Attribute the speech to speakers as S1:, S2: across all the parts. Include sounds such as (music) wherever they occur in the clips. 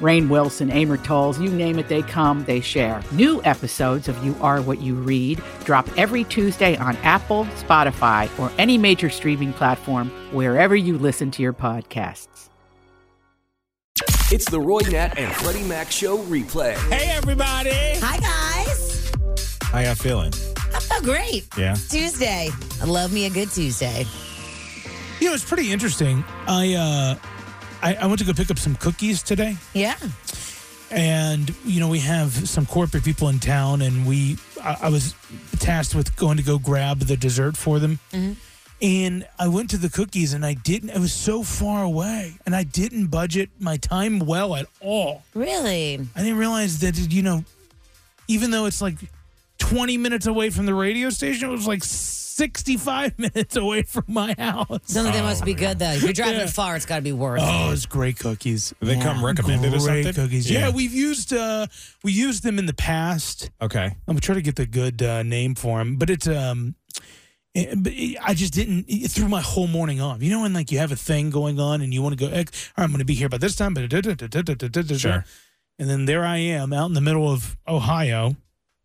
S1: Rain Wilson, Amor Tolls, you name it, they come, they share. New episodes of You Are What You Read drop every Tuesday on Apple, Spotify, or any major streaming platform wherever you listen to your podcasts.
S2: It's the Roy Nat and Freddie Mac Show replay.
S3: Hey, everybody.
S4: Hi, guys.
S3: How y'all feeling?
S4: I feel great.
S3: Yeah.
S4: It's Tuesday. I love me a good Tuesday.
S3: You know, it's pretty interesting. I, uh, I, I went to go pick up some cookies today,
S4: Yeah.
S3: and you know we have some corporate people in town, and we I, I was tasked with going to go grab the dessert for them, and I went to the cookies, and I didn't. It was so far away, and I didn't budget my time well at all.
S4: Really?
S3: I didn't realize that you know, even though it's like twenty minutes away from the radio station, it was like sixty-five (laughs) minutes away from my house.
S4: Some of them must be good, though. If you're driving far, it's got to be worth it.
S3: Oh, it's great cookies.
S5: They come recommended
S3: great
S5: or something.
S3: cookies. Yeah. we've used uh we used them in the past.
S5: okay.
S3: I'm trying to get the good uh, name for them, but it's um it- but it- I just didn't it threw my whole morning off. You know when like you have a thing going on and you want to go ex all right, I'm going to be here by this time but da- da- da- da- da- da- da- da-
S5: Sure.
S3: And then there I am out in the middle of Ohio.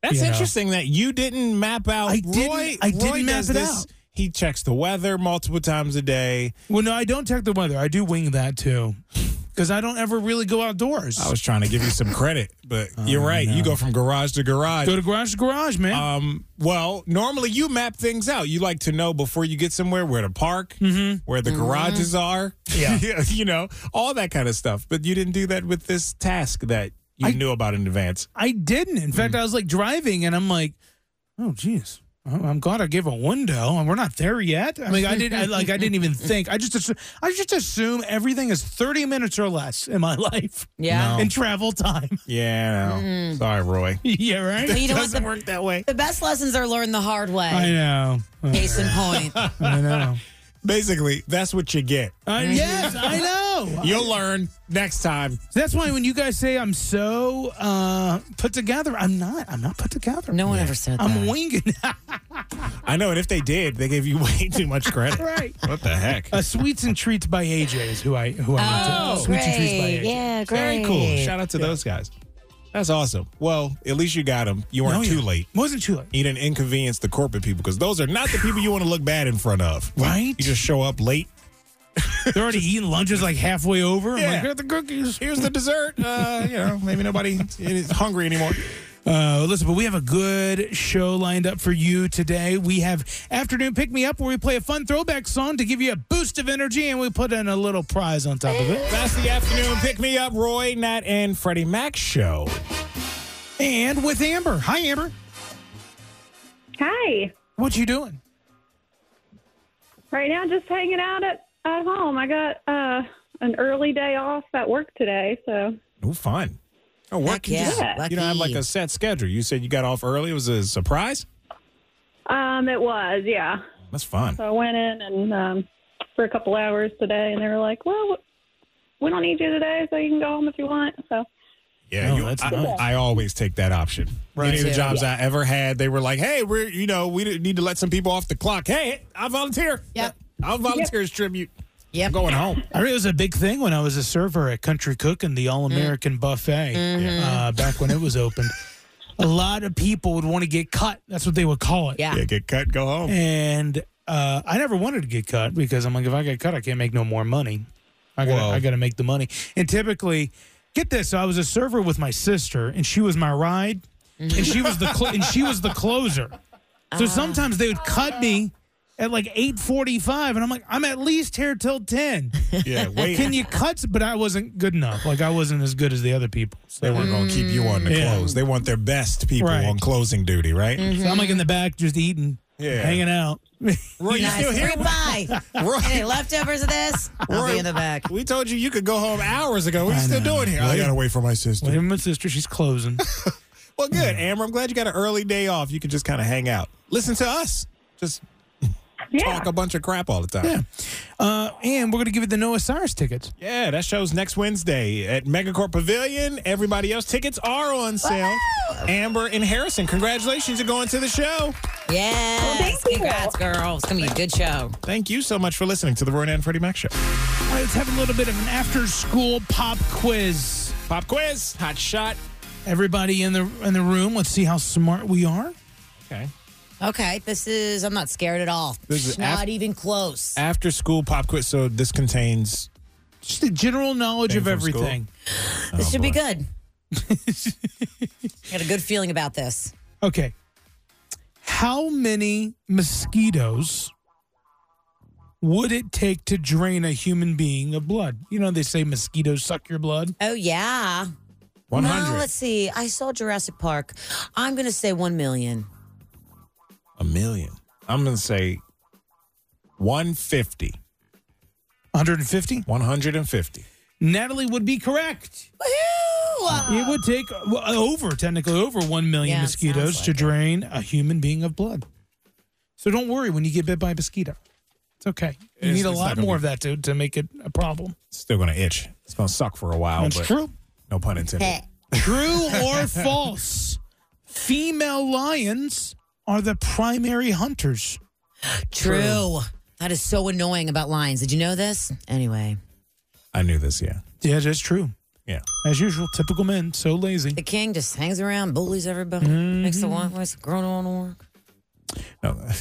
S5: That's
S3: You know.
S5: interesting that you didn't map out.
S3: I didn't-
S5: Roy,
S3: I didn't
S5: Roy
S3: map
S5: does
S3: it
S5: this.
S3: out.
S5: He checks the weather multiple times a day.
S3: Well, no, I don't check the weather. I do wing that too. Cuz I don't ever really go outdoors.
S5: I was trying to give you some credit, (laughs) but you're right. You go from garage Oh, to garage.
S3: go to garage to garage, man.
S5: Um, well, normally you map things out. You like to know before you get somewhere where to park, where the garages are. (laughs)
S3: Yeah.
S5: you know, all that kind of stuff. But you didn't do that with this task that you
S3: I-
S5: knew about in advance.
S3: I didn't. In fact, I was like driving, and I'm like, oh, geez. I'm I'm glad I gave a window, and we're not there yet. I mean, I didn't. I, like, I didn't even think. I just, assu- I just assume everything is 30 minutes or less in my (laughs) life
S4: yeah.
S3: in travel time. (laughs)
S5: Yeah. no. Sorry, Roy.
S3: yeah,
S4: But
S3: right.
S4: you know
S5: (laughs)
S4: what? The,
S5: work that way.
S4: the best lessons are learned the hard way.
S3: I know.
S4: Case in point.
S3: I know.
S5: Basically, that's what you get.
S3: I, yes, I know.
S5: You'll learn next time.
S3: That's why when you guys say I'm so uh, put together, I'm not. I'm not put
S4: (laughs)
S3: together.
S4: No one ever said that.
S3: I'm winging.
S5: I know, and if they did, they gave you (laughs) way too much credit.
S3: right.
S5: What the heck?
S3: Uh, Sweets and treats by AJ is who I who I went
S4: Oh,
S3: to. Sweets and treats by
S4: great.
S3: AJ.
S4: Yeah, great.
S5: Very cool. Shout out to those guys. That's awesome. Well, at least you got them. You weren't
S3: No,
S5: too
S3: yeah.
S5: late.
S3: Wasn't too late.
S5: You didn't inconvenience the corporate people because those are not the people you want to look bad in front of.
S3: Right?
S5: You just show up late.
S3: They're already eating lunches like halfway over. I'm
S5: Yeah.
S3: like, here are the cookies.
S5: Here's the dessert. Uh, you know, maybe nobody is hungry anymore.
S3: Uh, listen, but we have a good show lined up for you today. We have Afternoon Pick Me Up where we play a fun throwback song to give you a boost of energy and we put in a little prize on top of it.
S5: That's the afternoon pick me up, Roy, Nat, and Freddie Mac show.
S3: And with Amber. Hi, Amber.
S6: Hi.
S3: What you doing?
S6: Right now, just hanging out at, at home. I got uh, an early day off at work today, so
S5: Oh, fun. Oh, work.
S4: Heck
S5: you just-
S4: yeah.
S5: You don't have like
S4: Lucky.
S5: a set schedule. You said you got off early. It was a surprise.
S6: um, it was, yeah.
S5: That's fun.
S7: Oh,
S6: So I went in and um, for a couple hours today, and they were like, "Well, we don't need you today, so you can go home if you want." So
S5: Yeah,
S3: Oh,
S5: you-
S3: that's
S5: I,
S3: nice.
S5: I always take that option.
S3: Right.
S5: Any of the
S3: Yeah.
S5: jobs I ever had, they were like, "Hey, we're you know we didn't need to let some people off the clock." Hey, I volunteer.
S4: Yep.
S5: I'll volunteer as tribute.
S4: Yep.
S5: I'm going home.
S3: I mean, it was a big thing when I was a server at Country Cook and the All American Buffet uh, back when it was opened. a lot of people would want to get cut. That's what they would call it.
S4: Yeah.
S5: Yeah, get cut, go
S3: (laughs)
S5: home.
S3: and uh, I never wanted to get cut because I'm like, if I get cut, I can't make no more money. I gotta,
S5: Whoa.
S3: I gotta make the money. And typically, get this: so I was a server with my sister, and she was my ride, and she was the cl- and she was the closer. So sometimes they would cut me, at like 8:45 and I'm like I'm at least here till 10.
S5: Yeah, (laughs) wait.
S3: Can you cut but I wasn't good enough. Like I wasn't as good as the other people.
S5: they
S3: So,
S5: weren't going to keep you on the
S3: Yeah.
S5: close. They want their best people
S3: Right. Mm-hmm.
S5: on closing duty, right?
S3: so I'm like in the back just eating,
S5: Yeah.
S3: hanging
S5: (laughs)
S3: out.
S5: Roy, you
S4: Nice.
S5: still here?
S4: Free
S5: (laughs)
S4: pie.
S5: Roy,
S4: Any leftovers of this? I'll be in the back.
S5: We told you you could go home hours ago. What are you
S3: I
S5: still
S3: know.
S5: doing here? I
S3: Wait.
S5: got to wait for my sister.
S3: Wait, my sister, she's closing.
S5: Well, good,
S3: Hmm.
S5: Amber. I'm glad you got an early day off. You can just kind of hang out. Listen to us. Just
S6: Yeah.
S5: talk a bunch of crap all the time. Yeah.
S3: Uh, and we're going to give you the Noah Cyrus tickets.
S5: that show's next Wednesday at Megacorp Pavilion. Everybody else, tickets are on sale. Amber and Harrison, congratulations on going to the show.
S4: Yes.
S6: you.
S4: Congrats, girl. It's going to be a good show.
S5: Thank you so much for listening to the Roy and Freddie Mac Show.
S3: All right, let's have a little bit of an after school pop quiz.
S5: Pop quiz, hot shot.
S3: Everybody in the in the room, let's see how smart we are.
S5: Okay.
S4: Okay, this is, I'm not scared at all.
S5: This is
S4: not
S5: af-
S4: even close.
S5: After school pop quiz. So this contains.
S3: Just the general knowledge
S5: Thing
S3: of
S5: from school.
S3: everything.
S4: this
S5: Oh,
S4: should be
S5: boy. (laughs)
S4: good. Got a good feeling about this.
S3: Okay. How many mosquitoes would it take to drain a human being of blood? You know, they say mosquitoes suck your blood.
S4: Oh, yeah.
S5: 100.
S4: No, let's see. I saw Jurassic Park. I'm going to say 1 million.
S5: a million. I'm going to say 150.
S3: 150?
S5: 150.
S3: Natalie would be correct.
S4: Woohoo!
S3: It would take uh, well, over, technically over 1 million
S4: Yeah, it
S3: mosquitoes
S4: sounds
S3: to
S4: like it.
S3: drain a human being of blood. So don't worry when you get bit by a mosquito. It's okay. You
S5: It's-
S3: need a
S5: it's not
S3: lot
S5: gonna
S3: more
S5: be-
S3: of that to, to make it a problem.
S5: It's still going to itch. It's going to suck for a while.
S3: That's
S5: but
S3: true.
S5: No pun intended.
S3: True (laughs) or false? Female lions are the primary hunters.
S4: True. That is so annoying about lions. Did you know this? Anyway,
S5: I knew this, yeah.
S3: Yeah, that's true.
S5: Yeah.
S3: As usual, typical men, so lazy.
S4: the king just hangs around, bullies everybody, makes the one voice grown on to work.
S5: No. (laughs)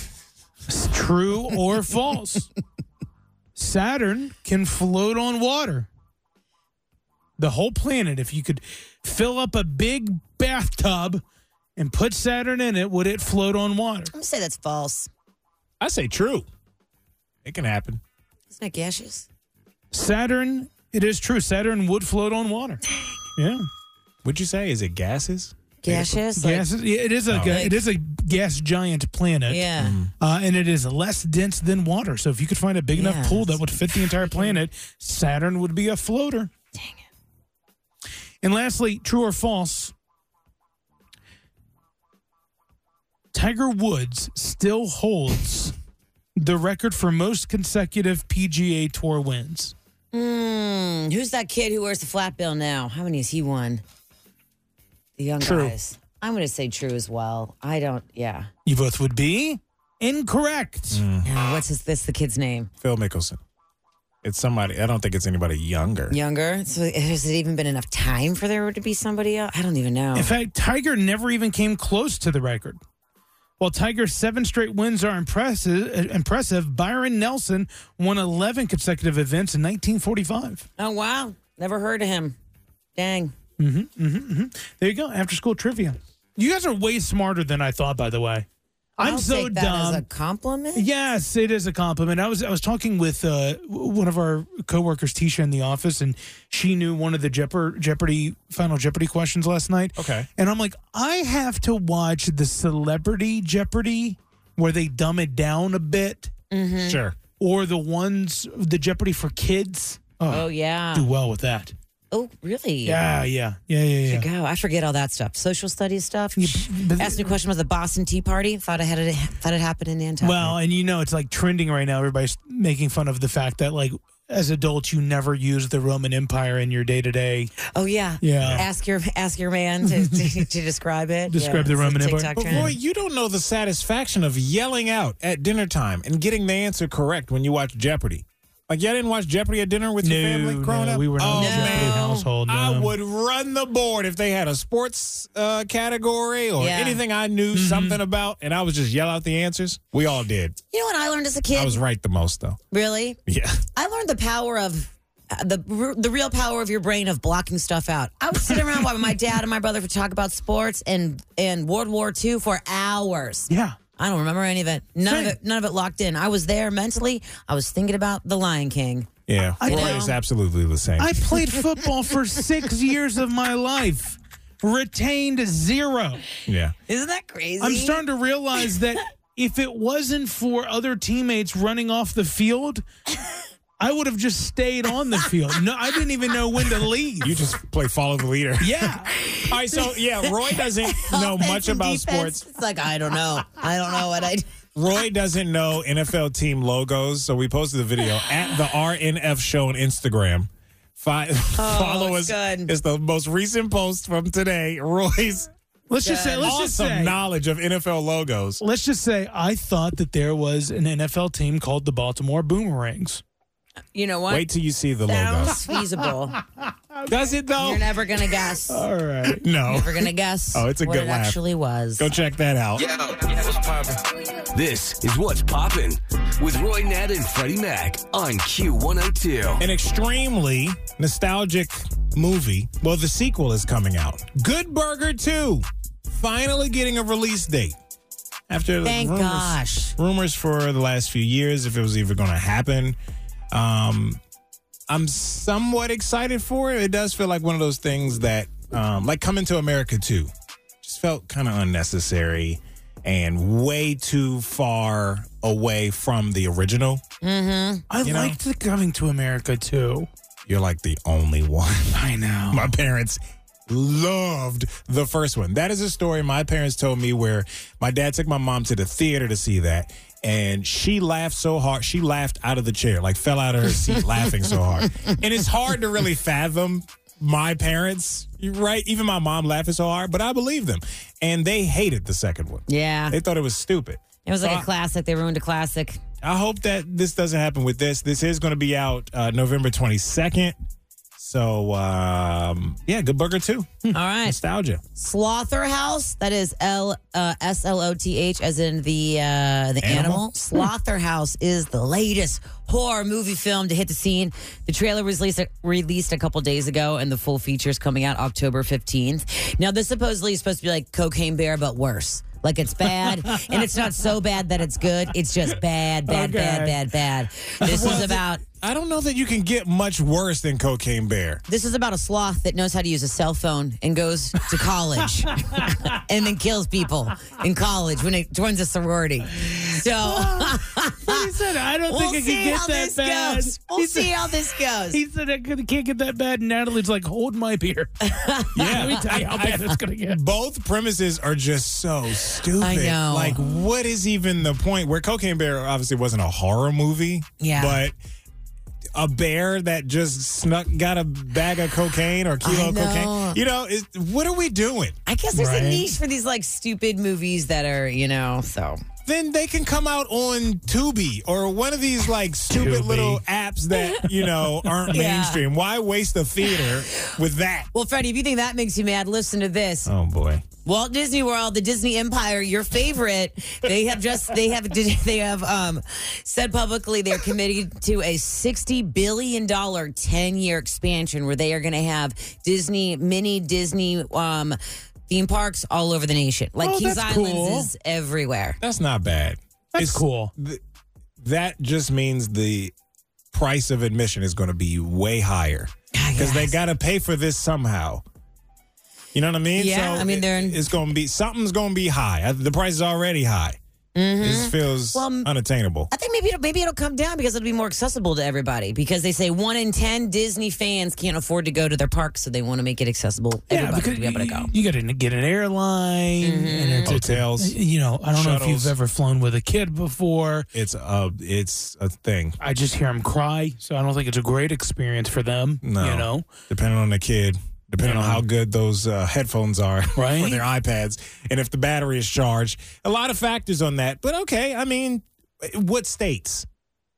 S3: It's true (laughs) or false? Saturn can float on water. The whole planet, if you could fill up a big bathtub and put Saturn in it, would it float on water?
S4: I'm gonna say that's false.
S5: I say true. It can happen.
S4: Isn't that gaseous?
S3: Saturn, it is true. Saturn would float on (gasps) water. Yeah.
S5: Would you say? Is it gases?
S4: Gaseous? Like-
S3: Gas, yeah, it is a
S5: Oh.
S3: it is a gas giant planet.
S4: yeah.
S3: Uh, and it is less dense than water. So if you could find a big enough
S4: Yeah.
S3: pool that would fit the entire planet, Saturn would be a floater. Dang it. And lastly, true or false? Tiger Woods still holds the record for most consecutive PGA Tour wins.
S4: Mm, who's that kid who wears the flat bill now? How many has he won? The young guys. I'm gonna say true as well. I don't. Yeah.
S3: You both would be incorrect.
S4: Yeah, what's his, this? The kid's name?
S5: Phil Mickelson. It's somebody. I don't think it's anybody younger.
S4: Younger. So has it even been enough time for there to be somebody else? I don't even know.
S3: In fact, Tiger never even came close to the record. While Tiger's seven straight wins are impressive, uh, impressive, Byron Nelson won 11 consecutive events in 1945.
S4: oh wow, never heard of him. Dang.
S3: There you go, after school trivia. You guys are way smarter than I thought, by the way. I'm
S4: I'll
S3: so
S4: take that
S3: dumb.
S4: As a compliment.
S3: Yes, it is a compliment. I was I was talking with uh, w- one of our coworkers, Tisha, in the office, and she knew one of the Jeopardy, Jeopardy Final Jeopardy questions last night.
S5: Okay.
S3: and I'm like, I have to watch the Celebrity Jeopardy where they dumb it down a bit,
S5: Sure.
S3: or the ones the Jeopardy for kids.
S4: Oh
S3: do
S4: yeah.
S3: well with that.
S4: Oh really?
S3: Yeah, yeah, yeah, yeah, yeah.
S4: Should go. I forget all that stuff. Social studies stuff.
S3: but-
S4: Asked me a question about the Boston Tea Party. Thought I had it. Thought it happened in Nantucket.
S3: Well, and you know, it's like trending right now. Everybody's making fun of the fact that like. As adults, you never use the Roman Empire in your day to day.
S4: Oh yeah.
S3: Yeah.
S4: Ask your ask your man to, to, to describe it.
S3: (laughs) Describe the
S4: it's a
S3: Roman Empire.
S4: TikTok
S5: But
S4: trend.
S5: Roy, you don't know the satisfaction of yelling out at dinner time and getting the answer correct when you watch Jeopardy. Like, y'all didn't watch Jeopardy at dinner with
S3: No,
S5: your family growing
S3: no,
S5: up?
S3: we were not
S5: oh,
S3: in a Jeopardy
S5: man.
S3: household. No.
S5: I would run the board if they had a sports uh, category or
S4: Yeah.
S5: anything I knew
S3: Mm-hmm.
S5: something about, and I was just yell out the answers. We all did.
S4: You know what I learned as a
S5: I
S4: kid?
S5: was right the most though. (laughs)
S4: really?
S5: Yeah,
S4: I learned the power of uh, the the real power of your brain of blocking stuff out. I would sit around while my dad and my brother would talk about sports and and World War II for hours.
S3: Yeah.
S4: I don't remember any of it. None
S5: Same.
S4: of it. None of it locked in. I was there mentally. I was thinking about The Lion King.
S5: Yeah, Roy
S4: know.
S5: is absolutely the same.
S3: I played football for six years of my life, retained zero.
S5: yeah.
S4: Isn't that crazy?
S3: I'm starting to realize that if it wasn't for other teammates running off the field, I would have just stayed on the field. No, I didn't even know when to leave.
S5: You just play follow
S4: (laughs)
S5: the leader.
S3: Yeah.
S5: All right, so yeah, Roy doesn't know
S4: Offense
S5: much
S4: and
S5: about
S4: defense,
S5: sports.
S4: It's like I don't know. I don't know what I.
S5: Roy doesn't know NFL team logos, so we posted the video
S4: (laughs)
S5: at the RNF show on Instagram. Fi- (laughs) follow us.
S4: Oh, it's good.
S5: It's the most recent post from today. Roy's
S3: Let's just say, let's
S5: awesome
S3: just say,
S5: knowledge of NFL logos.
S3: let's just say, I thought that there was an NFL team called the Baltimore Boomerangs.
S4: You know what?
S5: Wait till you see the logos.
S4: Sounds feasible.
S5: Does it though?
S4: You're never gonna guess.
S3: All right.
S5: (laughs) No.
S4: We're gonna guess.
S5: Oh, it's a
S4: what
S5: good
S4: it
S5: laugh.
S4: actually was.
S5: Go check that out.
S2: This is What's Poppin' with Roy Nat and Freddie Mac on Q102.
S5: An extremely nostalgic movie. Well, the sequel is coming out. Good Burger 2. Finally getting a release date. After like,
S4: Thank
S5: rumors,
S4: gosh.
S5: rumors for the last few years if it was even going to happen. Um, I'm somewhat excited for it. It does feel like one of those things that, um, like coming to America too, just felt kind of unnecessary and way too far away from the original.
S3: I
S5: You know?
S3: liked the coming to America too.
S5: You're like the only one. (laughs)
S3: I know.
S5: my parents loved the first one. That is a story my parents told me where my dad took my mom to the theater to see that. And she laughed so hard, she laughed out of the chair, like fell out of her seat laughing so hard. And it's hard to really fathom my parents, right? Even my mom laughing so hard, but I believe them. And they hated the second one.
S4: Yeah,
S5: They thought it was stupid.
S4: it was like a
S5: Uh,
S4: classic. They ruined a classic.
S5: I hope that this doesn't happen with this. This is going to be out uh, November 22nd. So, um, yeah, Good Burger 2.
S4: All right.
S5: Nostalgia.
S4: Slother House. That is L uh, S L O T H, as in the uh, the animal.
S5: Animal?
S4: Slother House is the latest horror movie film to hit the scene. The trailer was released released a couple days ago, and the full feature is coming out October fifteenth. Now, this supposedly is supposed to be like Cocaine Bear, but worse. Like it's bad, and it's not so bad that it's good. It's just bad, bad, bad, bad, bad. This is about
S5: I don't know that you can get much worse than Cocaine Bear.
S4: this is about a sloth that knows how to use a cell phone and goes to
S3: (laughs)
S4: college and then kills people in college when it joins a sorority.
S3: (laughs)
S4: So (laughs)
S3: He said, I don't
S4: we'll
S3: think I
S4: see
S3: could get
S4: how
S3: that
S4: this
S3: bad.
S4: goes. We'll
S3: He said-
S4: see how this goes.
S3: He said, I could- can't get that bad. And Natalie's like, hold my beer. Let me
S5: Yeah.
S3: tell you how bad it's going to get.
S5: Both premises are just so stupid.
S4: I know.
S5: Like, what is even the point? Where Cocaine Bear obviously wasn't a horror movie.
S4: Yeah.
S5: But a bear that just snuck, got a bag of cocaine or kilo
S4: I
S5: of
S4: know.
S5: cocaine. You know, it, what are we doing?
S4: I guess there's
S5: Right.
S4: a niche for these like stupid movies that are, you know, so
S5: Then they can come out on Tubi or one of these like stupid
S3: Tubi.
S5: little apps that, you know,
S4: (laughs)
S5: aren't
S4: Yeah.
S5: mainstream. Why waste the theater with that?
S4: well, Freddie, if you think that makes you mad, listen to this.
S5: Oh, boy.
S4: Walt Disney World, the Disney Empire, your favorite. They have just they have they have um, said publicly they're committed to a sixty billion dollar ten year expansion where they are going to have Disney mini Disney um, theme parks all over the nation. Like
S3: Oh,
S4: Keys
S3: that's
S4: Islands
S3: cool.
S4: is everywhere.
S5: That's not bad.
S3: That's
S5: (laughs) It's-
S3: cool.
S5: That just means the price of admission is going to be way higher
S4: Ah,
S5: because they got to pay for this somehow. You know what I mean?
S4: Yeah, I mean, they're in-
S5: it's going to be something's going to be high. Uh, The price is already high. This feels
S4: Mm-hmm. Well,
S5: unattainable.
S4: I think maybe it'll, maybe it'll come down because it'll be more accessible to everybody. Because they say one in ten Disney fans can't afford to go to their parks, so they want to make it accessible. Everybody to be able to
S3: you-
S4: go.
S3: You got to get an airline and it's- it's a-
S5: Hotels.
S3: You know, I don't know if
S5: Mm-hmm. Oh, Shuttles.
S3: you've ever flown with a kid before.
S5: It's a it's a thing.
S3: I just hear them cry, so I don't think it's a great experience for them.
S5: No,
S3: You know,
S5: depending on the kid, depending on
S3: Yeah.
S5: how good those uh, headphones are, (laughs)
S3: Right.
S5: or their iPads, and if the battery is charged. A lot of factors on that, but okay. I mean, what states?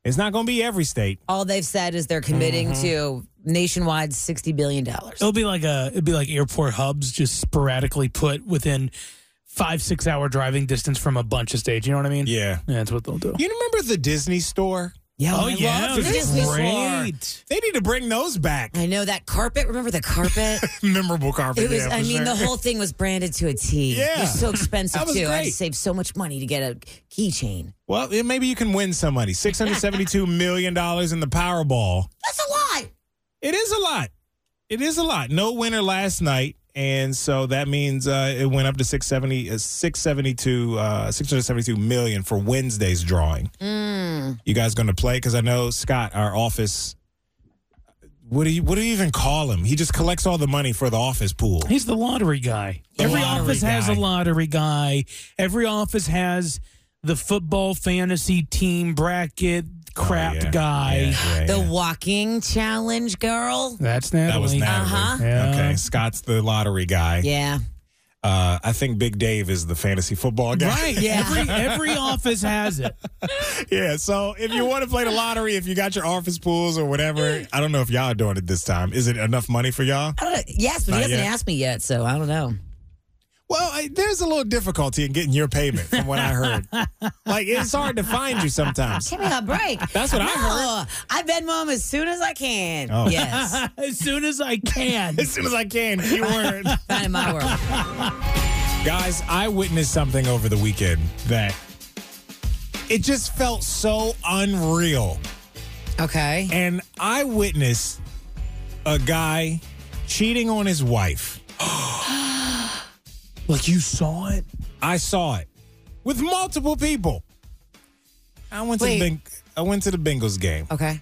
S5: It's not going to be every state.
S4: all they've said is they're committing
S5: Mm-hmm.
S4: to nationwide sixty billion dollars.
S5: Oh,
S3: it'll be like a it'll be like airport hubs just sporadically put within five six hour driving distance from a bunch of stage. You know what I mean?
S5: Yeah.
S3: Yeah, that's what they'll do.
S5: You remember the Disney store
S4: Yeah,
S3: Oh,
S4: I
S3: yeah.
S4: loved Disney Store.
S3: Great.
S5: They need to bring those back. (laughs)
S4: I know that carpet. Remember the carpet?
S5: Memorable carpet.
S4: It was.
S5: yeah,
S4: I
S5: for
S4: mean,
S5: sure.
S4: the whole thing was branded to a T.
S5: Yeah.
S4: it was so expensive
S5: That was
S4: too. I had to
S5: great.
S4: save so much money to get a keychain.
S5: Well, yeah, maybe you can win some money. Six hundred seventy-two million dollars in the Powerball.
S4: That's a lot.
S5: It is a lot. It is a lot. No winner last night. And so that means uh, it went up to 670, uh, 672, uh, 672 million for Wednesday's drawing.
S4: Mm.
S5: You guys going to play? Because I know Scott, our office. What do you What do you even call him? He just collects all the money for the office pool.
S3: He's the lottery guy.
S5: The
S3: Every
S5: lottery
S3: office has a
S5: guy.
S3: lottery guy. Every office has the football fantasy team bracket crap
S5: Oh, yeah.
S3: guy.
S5: Yeah, yeah,
S4: The
S5: yeah.
S4: walking challenge, girl.
S3: That's Natalie.
S5: that was Natalie.
S4: Uh-huh.
S3: Yeah.
S5: Okay, Scott's the lottery guy.
S4: Yeah,
S5: Uh, I think Big Dave is the fantasy football (laughs) guy.
S3: Right.
S4: Yeah.
S3: Every, every office has it.
S5: Yeah, so if you want to play the lottery, if you got your office pools or whatever, I don't know if y'all are doing it this time. Is it enough money for y'all?
S4: I don't know. Yes, but
S5: Not
S4: he hasn't
S5: yet.
S4: asked me yet, so I don't know.
S5: Well, I, there's a little difficulty in getting your payment from what I heard. like, it's hard to find you sometimes.
S4: Give me
S5: (laughs)
S4: a break.
S5: That's what I
S4: No, I Venmo him as soon as I can.
S5: Oh.
S4: Yes,
S3: as soon as I can.
S5: (laughs) As soon as I can, keyword.
S4: not in my
S5: (laughs)
S4: world.
S5: Guys, I witnessed something over the weekend that it just felt so unreal.
S4: Okay.
S5: And I witnessed a guy cheating on his wife.
S3: Like you saw it?
S5: I saw it with multiple people. I went
S4: Wait.
S5: to the Beng- I went to the Bengals game
S4: Okay.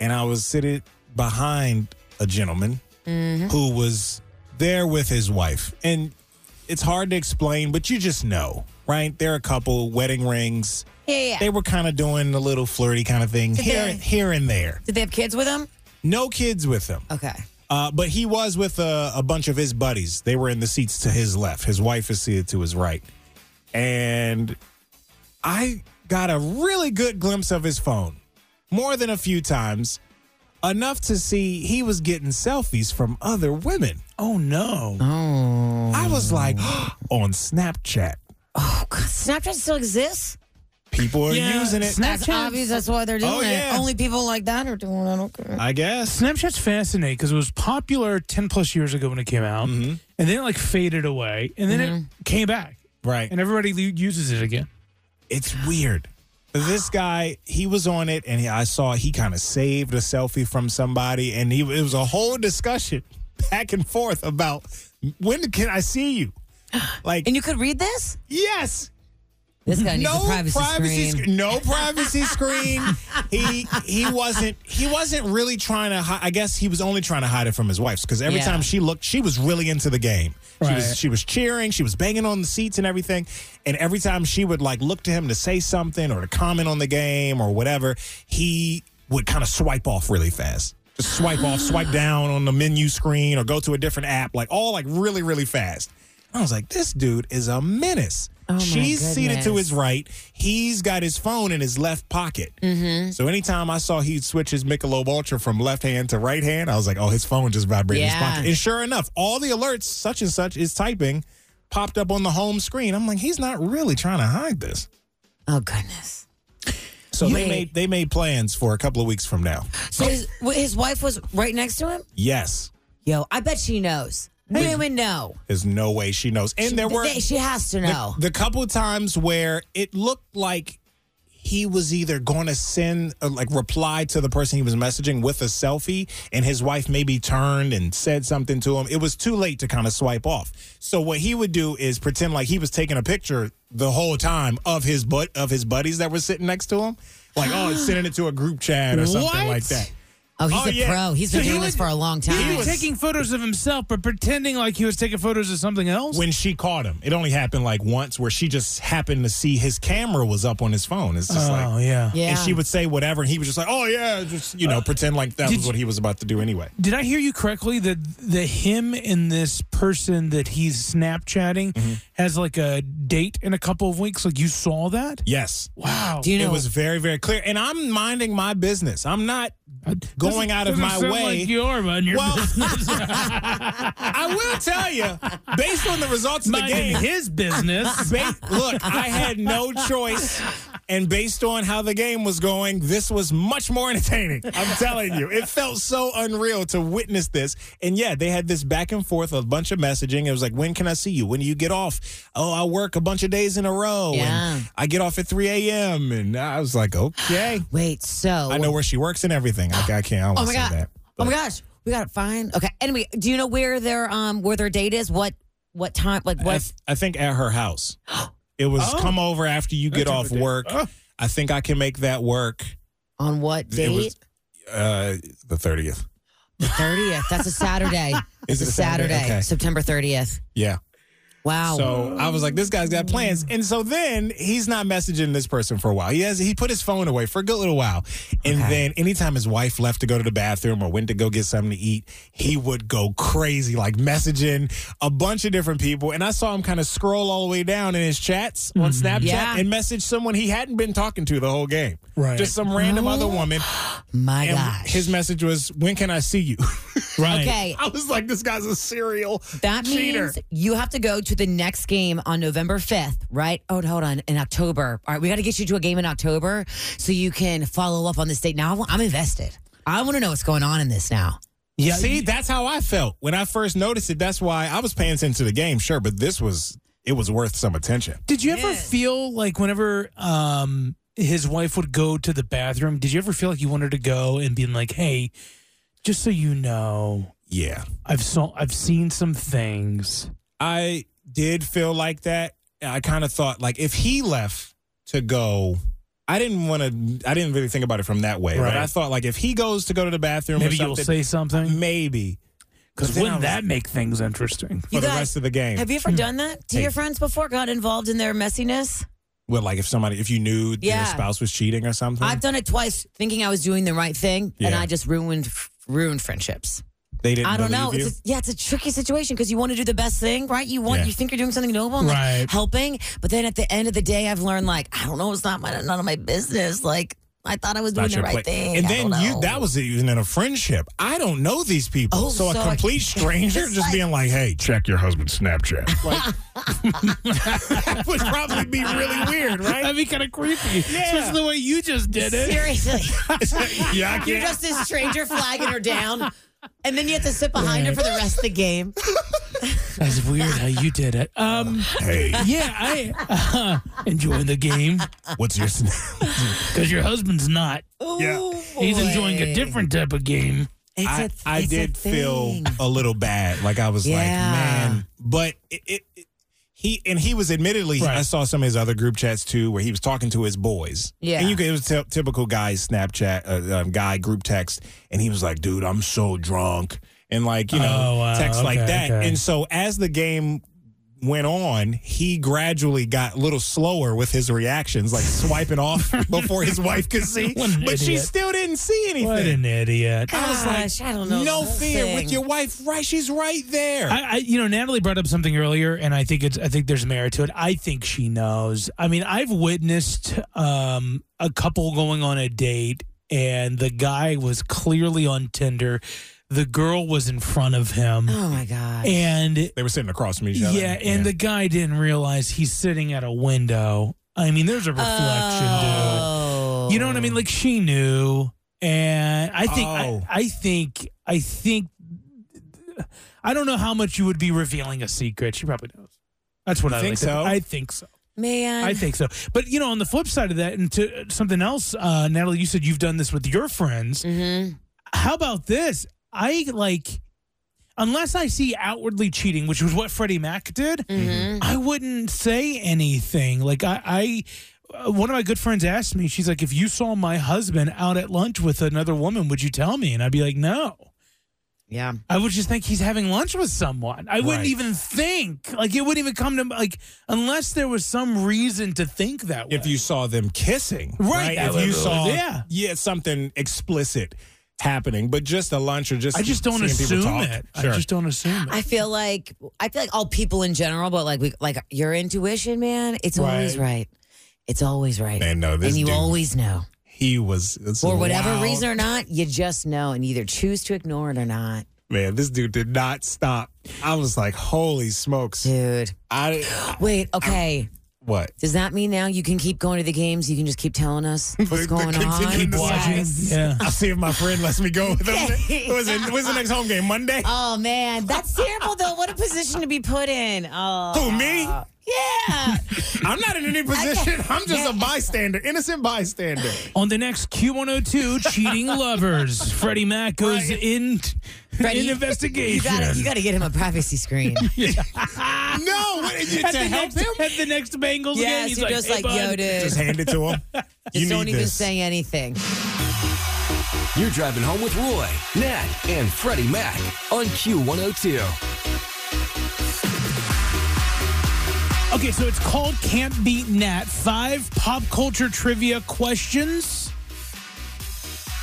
S5: and I was sitting behind a gentleman who was there with his wife. And it's hard to explain, but you just know, right? They're a couple, wedding rings.
S4: Yeah, yeah.
S5: They were kind of doing a little flirty kind of thing here,
S4: they-
S5: here and there.
S4: Did they have kids with him?
S5: No kids with them.
S4: Okay.
S5: Uh, but he was with uh, a, a bunch of his buddies. They were in the seats to his left. His wife is seated to his right. And I got a really good glimpse of his phone, more than a few times, enough to see he was getting selfies from other women.
S3: Oh, no.
S5: I was like, (gasps) on Snapchat,
S4: Oh, God. Snapchat still exists?
S5: people are
S3: Yeah,
S5: using it.
S3: Snapchat.
S4: That's why they're
S5: Oh, yeah.
S4: Only people like that are doing it. Okay.
S5: I guess.
S3: Snapchat's fascinating because it was popular 10 plus years ago when it came out,
S5: Mm-hmm.
S3: and then it like faded away, and then it came back,
S5: Right.
S3: and everybody lu- uses it again.
S5: It's weird. This guy, he was on it, and I saw he kind of saved a selfie from somebody, and he, it was a whole discussion (laughs) back and forth about when can I see
S4: (gasps)
S5: you? Like,
S4: And you could read this?
S5: yes,
S4: This guy needs
S5: no
S4: a privacy, screen.
S5: sc- no privacy
S4: (laughs)
S5: screen. He he wasn't he wasn't really trying to. Hi- I guess he was only trying to hide it from his wife because every
S4: Yeah.
S5: time she looked, she was really into the game. She was
S3: Right.
S5: she was cheering, she was banging on the seats and everything. And every time she would like look to him to say something or to comment on the game or whatever, he would kind of swipe off really fast. Just swipe off, swipe down on the menu screen or go to a different app, like all like really, really fast. I was like, this dude is a menace.
S4: Oh
S5: She's seated to
S4: goodness.
S5: his right. He's got his phone in his left pocket. Mm-hmm. So anytime I saw he'd switch his Michelob Ultra from left hand to right hand, I was like, oh, his phone just vibrated in his
S4: Yeah.
S5: pocket. And sure enough, all the alerts, such and such is typing, popped up on the home screen. I'm like, he's not really trying to hide this.
S4: Oh, goodness.
S5: So they
S4: Yeah.
S5: made they made plans for a couple of weeks from now.
S4: So his, wh- his wife was right next to him?
S5: Yes.
S4: Yo, I bet she knows. Women know.
S5: There's no way she knows. And there were
S4: They- she has to know.
S5: the couple times where it looked like he was either going to send uh, like reply to the person he was messaging with a selfie and his wife maybe turned and said something to him it was too late to kind of swipe off so what he would do is pretend like he was taking a picture the whole time of his but of his buddies that were sitting next to him like oh sending it to a group chat or something
S3: What?
S5: like that
S4: oh, he's
S5: oh,
S4: a
S5: yeah.
S4: pro. He's been
S5: So he
S4: doing
S5: was-
S4: this for a long
S5: he
S4: time.
S3: He was
S5: was-
S3: taking photos of himself, but pretending like he was taking photos of something else.
S5: when she caught him it only happened like once where she just happened to see his camera was up on his phone it's just
S3: oh,
S5: like
S3: yeah.
S4: yeah.
S5: And she would say whatever, and he was just like, "Oh yeah," just you know, pretend like that
S3: Uh, did
S5: was what he was about to do anyway.
S3: Did I hear you correctly that the him and this person that he's Snapchatting
S5: Mm-hmm.
S3: has like a date in a couple of weeks? Like you saw that?
S5: Yes,
S3: Wow.
S4: Do you know?
S5: it was very, very clear. And I'm minding my business. I'm not going out of
S3: Doesn't
S5: my
S3: sound
S5: way.
S3: Like you are, man. You're
S5: well, (laughs) I will tell you,
S3: (laughs)
S5: based on the results of
S3: (laughs)
S5: the
S3: minding
S5: game,
S3: his business.
S5: ba- look, I had no choice And based on how the game was going, this was much more entertaining. I'm telling you, it felt so unreal to witness this. And yeah, they had this back and forth, a bunch of messaging. It was like, when can I see you? When do you get off? Oh, I work a bunch of days in a row.
S4: Yeah.
S5: And I get off at 3 a.m. And I was like, okay.
S4: Wait, so
S5: I know where she works and everything. Like, I can't. I
S4: (gasps)
S5: don't
S4: Oh
S5: want
S4: my
S5: to
S4: god!
S5: say that.
S4: oh my
S5: But-
S4: gosh, we got it. Fine. Okay. Anyway, do you know where their um where their date is? What what time? Like
S5: I,
S4: what?
S5: th- I think at her house.
S4: (gasps)
S5: It was
S3: Oh.
S5: come over after you (laughs) get
S3: That's
S5: off
S3: (laughs) what they-
S5: work.
S3: Oh.
S5: I think I can make that work.
S4: on what
S5: It
S4: date?
S5: was uh, the thirtieth.
S4: the thirtieth. That's a Saturday.
S5: (laughs)
S4: It's
S5: Is it a Saturday? Okay.
S4: September thirtieth.
S5: Yeah.
S4: Wow.
S5: So I was like, this guy's got plans. And so then he's not messaging this person for a while. He has he put his phone away for a good little while. And then anytime his wife left to go to the bathroom or went to go get something to eat, he would go crazy, like messaging a bunch of different people. And I saw him kind of scroll all the way down in his chats on Snapchat
S4: Mm-hmm. Yeah.
S5: and message someone he hadn't been talking to the whole game.
S3: Right.
S5: Just some random other woman.
S4: Oh My
S5: And
S4: gosh.
S5: his message was, When can I see you? (laughs)
S3: Right.
S4: okay.
S5: I was like, this guy's a serial
S4: That
S5: cheater.
S4: means you have to go to the next game on November 5th, right? Oh, hold on, in October. All right, we got to get you to a game in October so you can follow up on this date. Now I wa- I'm invested. I want to know what's going on in this now.
S3: Yeah.
S5: See, that's how I felt when I first noticed it. That's why I was paying attention to the game, sure, but this was it was worth some attention.
S3: Did you ever
S4: Yes.
S3: feel like whenever um his wife would go to the bathroom, did you ever feel like you wanted to go and being like, "Hey, just so you know,
S5: Yeah,
S3: I've saw I've seen some things."
S5: I did feel like that. I kind of thought like if he left to go, I didn't want to. I didn't really think about it from that way,
S3: Right.
S5: but I thought like if he goes to go to the bathroom,
S3: Maybe
S5: or
S3: you'll
S5: something,
S3: say something. Mm-hmm.
S5: maybe
S3: Because
S5: But then I
S3: wouldn't
S5: was-
S3: that make things (laughs) interesting?
S5: for
S4: You
S5: the
S4: guys-
S5: rest of the game.
S4: Have you ever done that to your friends before? Got involved in their messiness?
S5: well, like if somebody if you knew your
S4: Yeah.
S5: spouse was cheating or something,
S4: I've done it twice, thinking I was doing the right thing, and
S5: Yeah.
S4: I just ruined ruined friendships.
S5: they didn't.
S4: I don't know.
S5: believe you?
S4: It's a, yeah, it's a tricky situation because you want to do the best thing, right? You want
S5: Yeah.
S4: you think you're doing something noble, and like
S3: Right.
S4: helping, but then at the end of the day, I've learned like I don't know, it's not my none of my business. Like I thought I was doing
S5: Not
S4: the
S5: your
S4: right
S5: place.
S4: thing,
S5: And
S4: I
S5: then
S4: don't
S5: you
S4: know.
S5: that was even in a friendship. I don't know these people.
S4: Oh,
S5: so,
S4: so
S5: a
S4: I-
S5: complete
S4: (laughs)
S5: stranger
S4: It's
S5: just
S4: like-
S5: being like, hey, check your husband's Snapchat. (laughs) Like, that would probably be really weird, right?
S3: That'd be kind of creepy, especially the way you just did it.
S4: seriously.
S5: (laughs) yeah, I
S4: you're
S5: can't.
S4: just this stranger flagging her down, and then you have to sit behind her for the rest of the game.
S3: That's weird how you did it. (laughs) Um,
S4: (laughs)
S5: hey,
S3: yeah, I (laughs) uh, enjoying the game
S5: what's your snap?
S3: because your husband's not.
S5: (laughs) Yeah.
S3: He's enjoying a different type of game.
S4: It's a
S5: I,
S4: th-
S5: I
S4: it's a
S5: did feel
S4: thing.
S5: a little bad. Like I was like,
S4: Yeah.
S5: man. But it, it, it- he and he was admittedly.
S3: Right.
S5: I saw some of his other group chats too, where he was talking to his boys.
S4: Yeah.
S5: and you could, it was t- typical guys Snapchat uh, um, guy group text, and he was like, dude, I'm so drunk, and like you know,
S3: Oh, wow.
S5: text like
S3: Okay,
S5: that.
S3: okay.
S5: And so as the game went on, he gradually got a little slower with his
S3: (laughs)
S5: reactions, like swiping off before his wife could see,
S3: What an
S5: but she
S3: idiot.
S5: still didn't see anything.
S3: What an idiot!
S5: I was like,
S4: Gosh, I don't know
S5: No
S4: the whole
S5: fear
S4: thing.
S5: with your wife, right? She's right there.
S3: I, I, you know, Natalie brought up something earlier, and I think it's, I think there's merit to it. I think she knows. I mean, I've witnessed um, a couple going on a date, and the guy was clearly on Tinder, the girl was in front of him,
S4: Oh my god.
S3: and
S5: they were sitting across from each other.
S3: yeah, and the guy didn't realize he's sitting at a window. I mean, there's a reflection, dude. You know what I mean? Like she knew, and I think,
S5: Oh.
S3: I, I think, I think, I don't know how much you would be revealing a secret. She probably knows. That's what
S5: You
S3: I
S5: think
S3: like to-
S5: so?
S3: I think so.
S4: Oh. man.
S3: I think so. But you know, on the flip side of that, and to something else, uh, Natalie, you said you've done this with your friends.
S4: Mm-hmm.
S3: How about this? I like, unless I see outwardly cheating, which was what Freddie Mac did.
S4: Mm-hmm.
S3: I wouldn't say anything. Like I, I uh, one of my good friends asked me, she's like, if you saw my husband out at lunch with another woman, would you tell me? And I'd be like, no.
S4: Yeah.
S3: I would just think he's having lunch with someone. I wouldn't
S5: Right.
S3: even think. Like it wouldn't even come to like unless there was some reason to think that way.
S5: if you saw them kissing,
S3: Right, that
S5: If you
S3: would-
S5: saw,
S3: yeah.
S5: something explicit happening, but just a lunch or just
S3: I just don't
S5: seeing people
S3: assume
S5: talk.
S3: it.
S5: Sure.
S3: I just don't assume it.
S4: I feel like I feel like all people in general, but like we like your intuition, man. It's always
S3: Right.
S4: right. It's always right.
S5: Man, no, this
S4: and you
S5: dude-
S4: always know,
S5: he was it's
S4: for whatever
S5: wild.
S4: reason or not, you just know, and either choose to ignore it or not,
S5: Man, this dude did not stop. I was like, holy smokes!
S4: dude.
S5: I
S4: Wait, okay.
S5: What?
S4: Does that mean now you can keep going to the games? You can just keep telling us what's going on?
S5: Continue to watch it.
S4: Yes.
S3: Yeah.
S5: I'll see if my friend lets me go.
S4: (laughs)
S5: When's the, when's the next home game? Monday?
S4: Oh man, that's terrible though. What a position to be put in. Oh
S5: Who, me?
S4: yeah.
S5: (laughs) I'm not in any position. I'm just a bystander,
S4: (laughs)
S5: innocent bystander.
S3: On the next
S5: (laughs)
S3: Q102, Cheating Lovers, Freddie Mac goes in,
S4: Freddie,
S3: in investigation.
S4: You gotta, you gotta get him a privacy screen.
S5: No, what did you
S3: at,
S5: to
S3: the next,
S5: help him?
S3: at the next Bengals game,
S4: yes,
S3: he's
S4: you're
S3: like,
S4: just
S3: "Hey,
S4: like,
S3: bud."
S4: yo, dude.
S5: Just hand it to him. you
S4: (laughs) Just don't
S5: need
S4: even
S5: this.
S4: say anything.
S2: You're driving home with Roy, Nat, and Freddie Mac on Q102.
S3: Okay, so it's called Can't Beat Nat. Five pop culture trivia questions.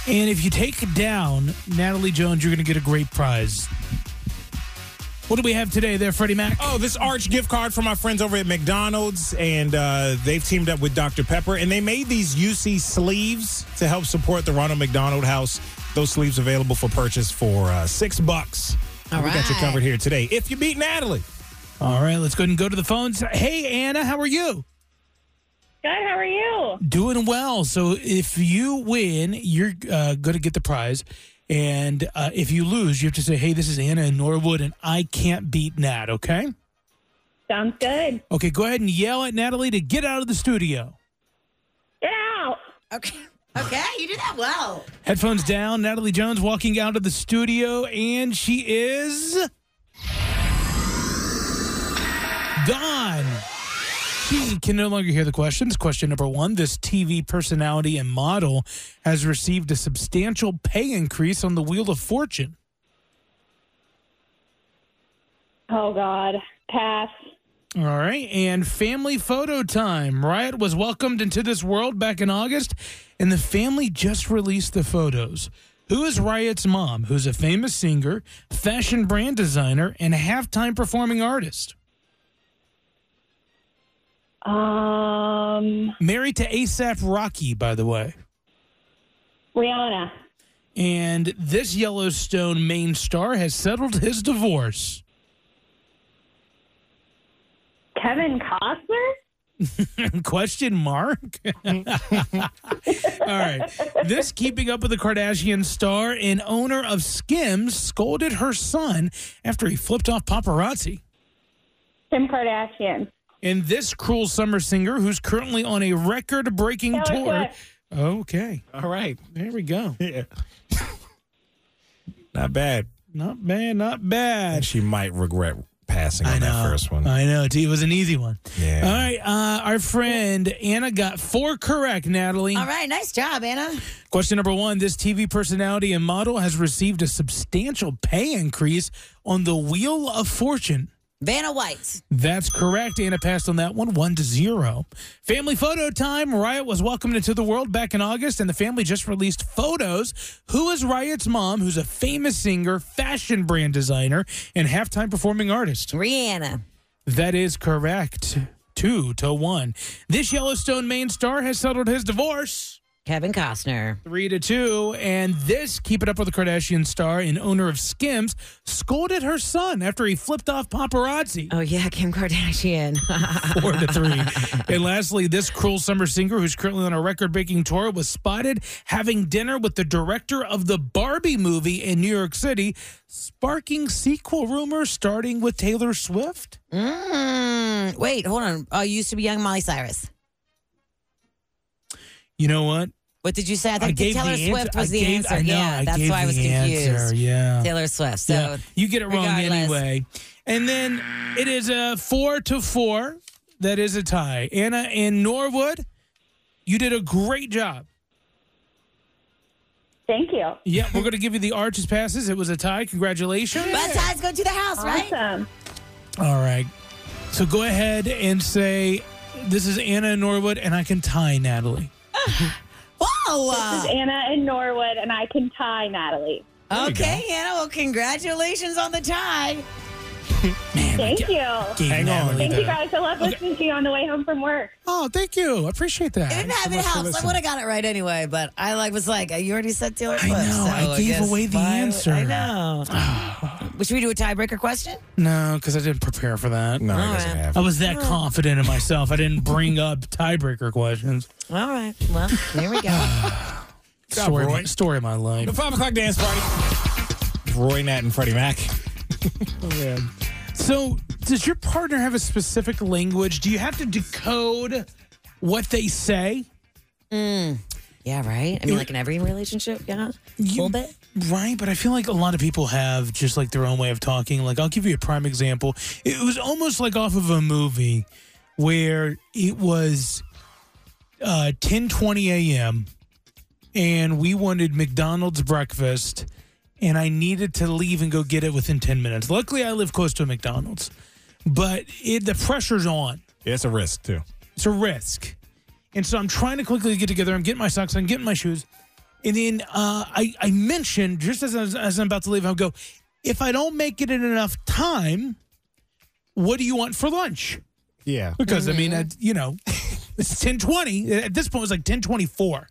S3: And if you take down Natalie Jones, you're going to get a great prize. What do we have today there, Freddie Mac?
S5: Oh, this Arch gift card from my friends over at McDonald's, and uh, they've teamed up with Dr. Pepper, and they made these UC sleeves to help support the Ronald McDonald House. Those sleeves available for purchase for uh, six bucks.
S4: All
S5: we got you
S4: right.
S5: covered here today. If you beat Natalie,
S3: All right, let's go ahead and go to the phones. Hey, Anna, how are you?
S6: Good. How are you?
S3: Doing well. So if you win, you're uh, going to get the prize. And uh, if you lose, you have to say, hey, this is Anna in Norwood, and I can't beat Nat, okay?
S6: Sounds good.
S3: Okay, go ahead and yell at Natalie to get out of the studio.
S6: Get out.
S4: Okay. Okay, you did that well.
S3: Headphones down. Natalie Jones walking out of the studio, and she is gone. She can no longer hear the questions. Question number one This TV personality and model has received a substantial pay increase on the Wheel of Fortune.
S6: Oh God. Pass.
S3: All right. And family photo time. Riot was welcomed into this world back in August, and the family just released the photos. Who is Riot's mom, who's a famous singer, fashion brand designer, and a halftime performing artist?
S6: Um.
S3: Married to ASAP Rocky, by the way.
S6: Rihanna.
S3: And this Yellowstone main star has settled his divorce.
S6: Kevin Costner.
S3: (laughs) Question mark. All right. This keeping up with the Kardashian star and owner of Skims scolded her son after he flipped off paparazzi.
S6: Kim Kardashian.
S3: And this cruel summer singer who's currently on a record breaking
S6: Taylor
S3: tour.
S6: Swift.
S3: Okay.
S5: all right,
S3: There we go.
S5: yeah, (laughs) not bad.
S3: Not bad, not
S5: And
S3: bad.
S5: she might regret passing on that first one.
S3: I know. It was an easy one.
S5: Yeah.
S3: All right. Uh, our friend Anna got four correct, Natalie.
S4: All right, nice job, Anna.
S3: Question number one This TV personality and model has received a substantial pay increase on the Wheel of Fortune.
S4: Vanna White.
S3: That's correct. Anna passed on that one, one to zero. Family photo time. Riot was welcomed into the world back in August, and the family just released photos. Who is Riot's mom, who's a famous singer, fashion brand designer, and halftime performing artist?
S4: Rihanna.
S3: That is correct. Two to one. This Yellowstone main star has settled his divorce.
S4: Kevin Costner.
S3: Three to two, and this Keep It Up with the Kardashian star and owner of Skims scolded her son after he flipped off paparazzi.
S4: Oh yeah, Kim Kardashian. (laughs)
S3: Four to
S5: (laughs)
S3: three. and lastly, this cruel summer singer who's currently on a record breaking tour was spotted having dinner with the director of the Barbie movie in New York City, sparking sequel rumors starting with Taylor Swift.
S4: mm, wait, hold on. Oh, you used to be young Molly Cyrus.
S3: You know what?
S4: What did you say? I thought
S3: I gave
S4: Taylor
S3: the
S4: Swift
S3: answer-
S4: was
S3: I
S4: the
S3: gave-
S4: answer.
S3: I know,
S4: yeah,
S3: I
S4: that's
S3: gave
S4: why I was
S3: the
S4: confused.
S3: answer, Yeah.
S4: Taylor Swift. So
S3: Yeah, you get it wrong
S4: regardless.
S3: anyway. And then it is a four to four. That is a tie. Anna and Norwood, you did a great job.
S6: Thank you.
S3: Yeah, we're going to give you the arches passes. It was a tie. Congratulations.
S4: But ties go to the house, right?
S6: Awesome.
S3: All right. So go ahead and say, This is Anna and Norwood, and I can tie Natalie.
S4: Whoa!
S6: This is Anna in Norwood, and I can tie Natalie.
S4: Okay, Anna. Well, congratulations on the tie.
S3: Man, I
S6: Thank
S3: get-
S6: you.
S3: gave
S5: Hang on.
S3: Natalie
S6: Thank
S3: the-
S6: you guys. I love listening to you on the way home from work.
S3: Oh, thank you. I appreciate that.
S4: It didn't
S3: Thanks so
S4: have it
S3: much for
S4: house. I
S3: listening.
S4: would have got it right anyway, but I like was like, you already said Taylor
S3: I
S4: Swift.
S3: know. I
S4: so
S3: gave
S4: guess
S3: away the
S4: why would-
S3: answer.
S4: I know. Well, Should we do a tiebreaker question?
S3: No, because I didn't prepare for that.
S5: No,
S4: All
S5: it doesn't
S4: right.
S3: I
S5: happen.
S3: was that confident in myself. I didn't bring up tiebreaker questions.
S4: All right. Well, here we go.
S5: Stop,
S3: Story, of my-
S5: Roy.
S3: story of my life.
S5: The five o'clock dance party. Roy Nat and Freddie Mac.
S3: So, does your partner have a specific language? Do you have to decode what they say?
S4: (laughs) yeah, right. I mean, like in every relationship, yeah, a little bit.
S3: Right, but I feel like a lot of people have just like their own way of talking. Like, I'll give you a prime example. It was almost like off of a movie where it was uh, ten twenty a.m. and we wanted McDonald's breakfast, and I needed to leave and go get it within 10 minutes. Luckily, I live close to a McDonald's, but it, the pressure's on.
S5: Yeah, it's a risk too.
S3: It's a risk. And so I'm trying to quickly get together. I'm getting my socks. I'm getting my shoes. And then uh, I, I mentioned just as, I was, as I'm about to leave, I'll go, if I don't make it in enough time, what do you want for lunch?
S5: Yeah.
S3: Because, I mean, at, you know, (laughs) it's 1020. At this point, it was like 1024.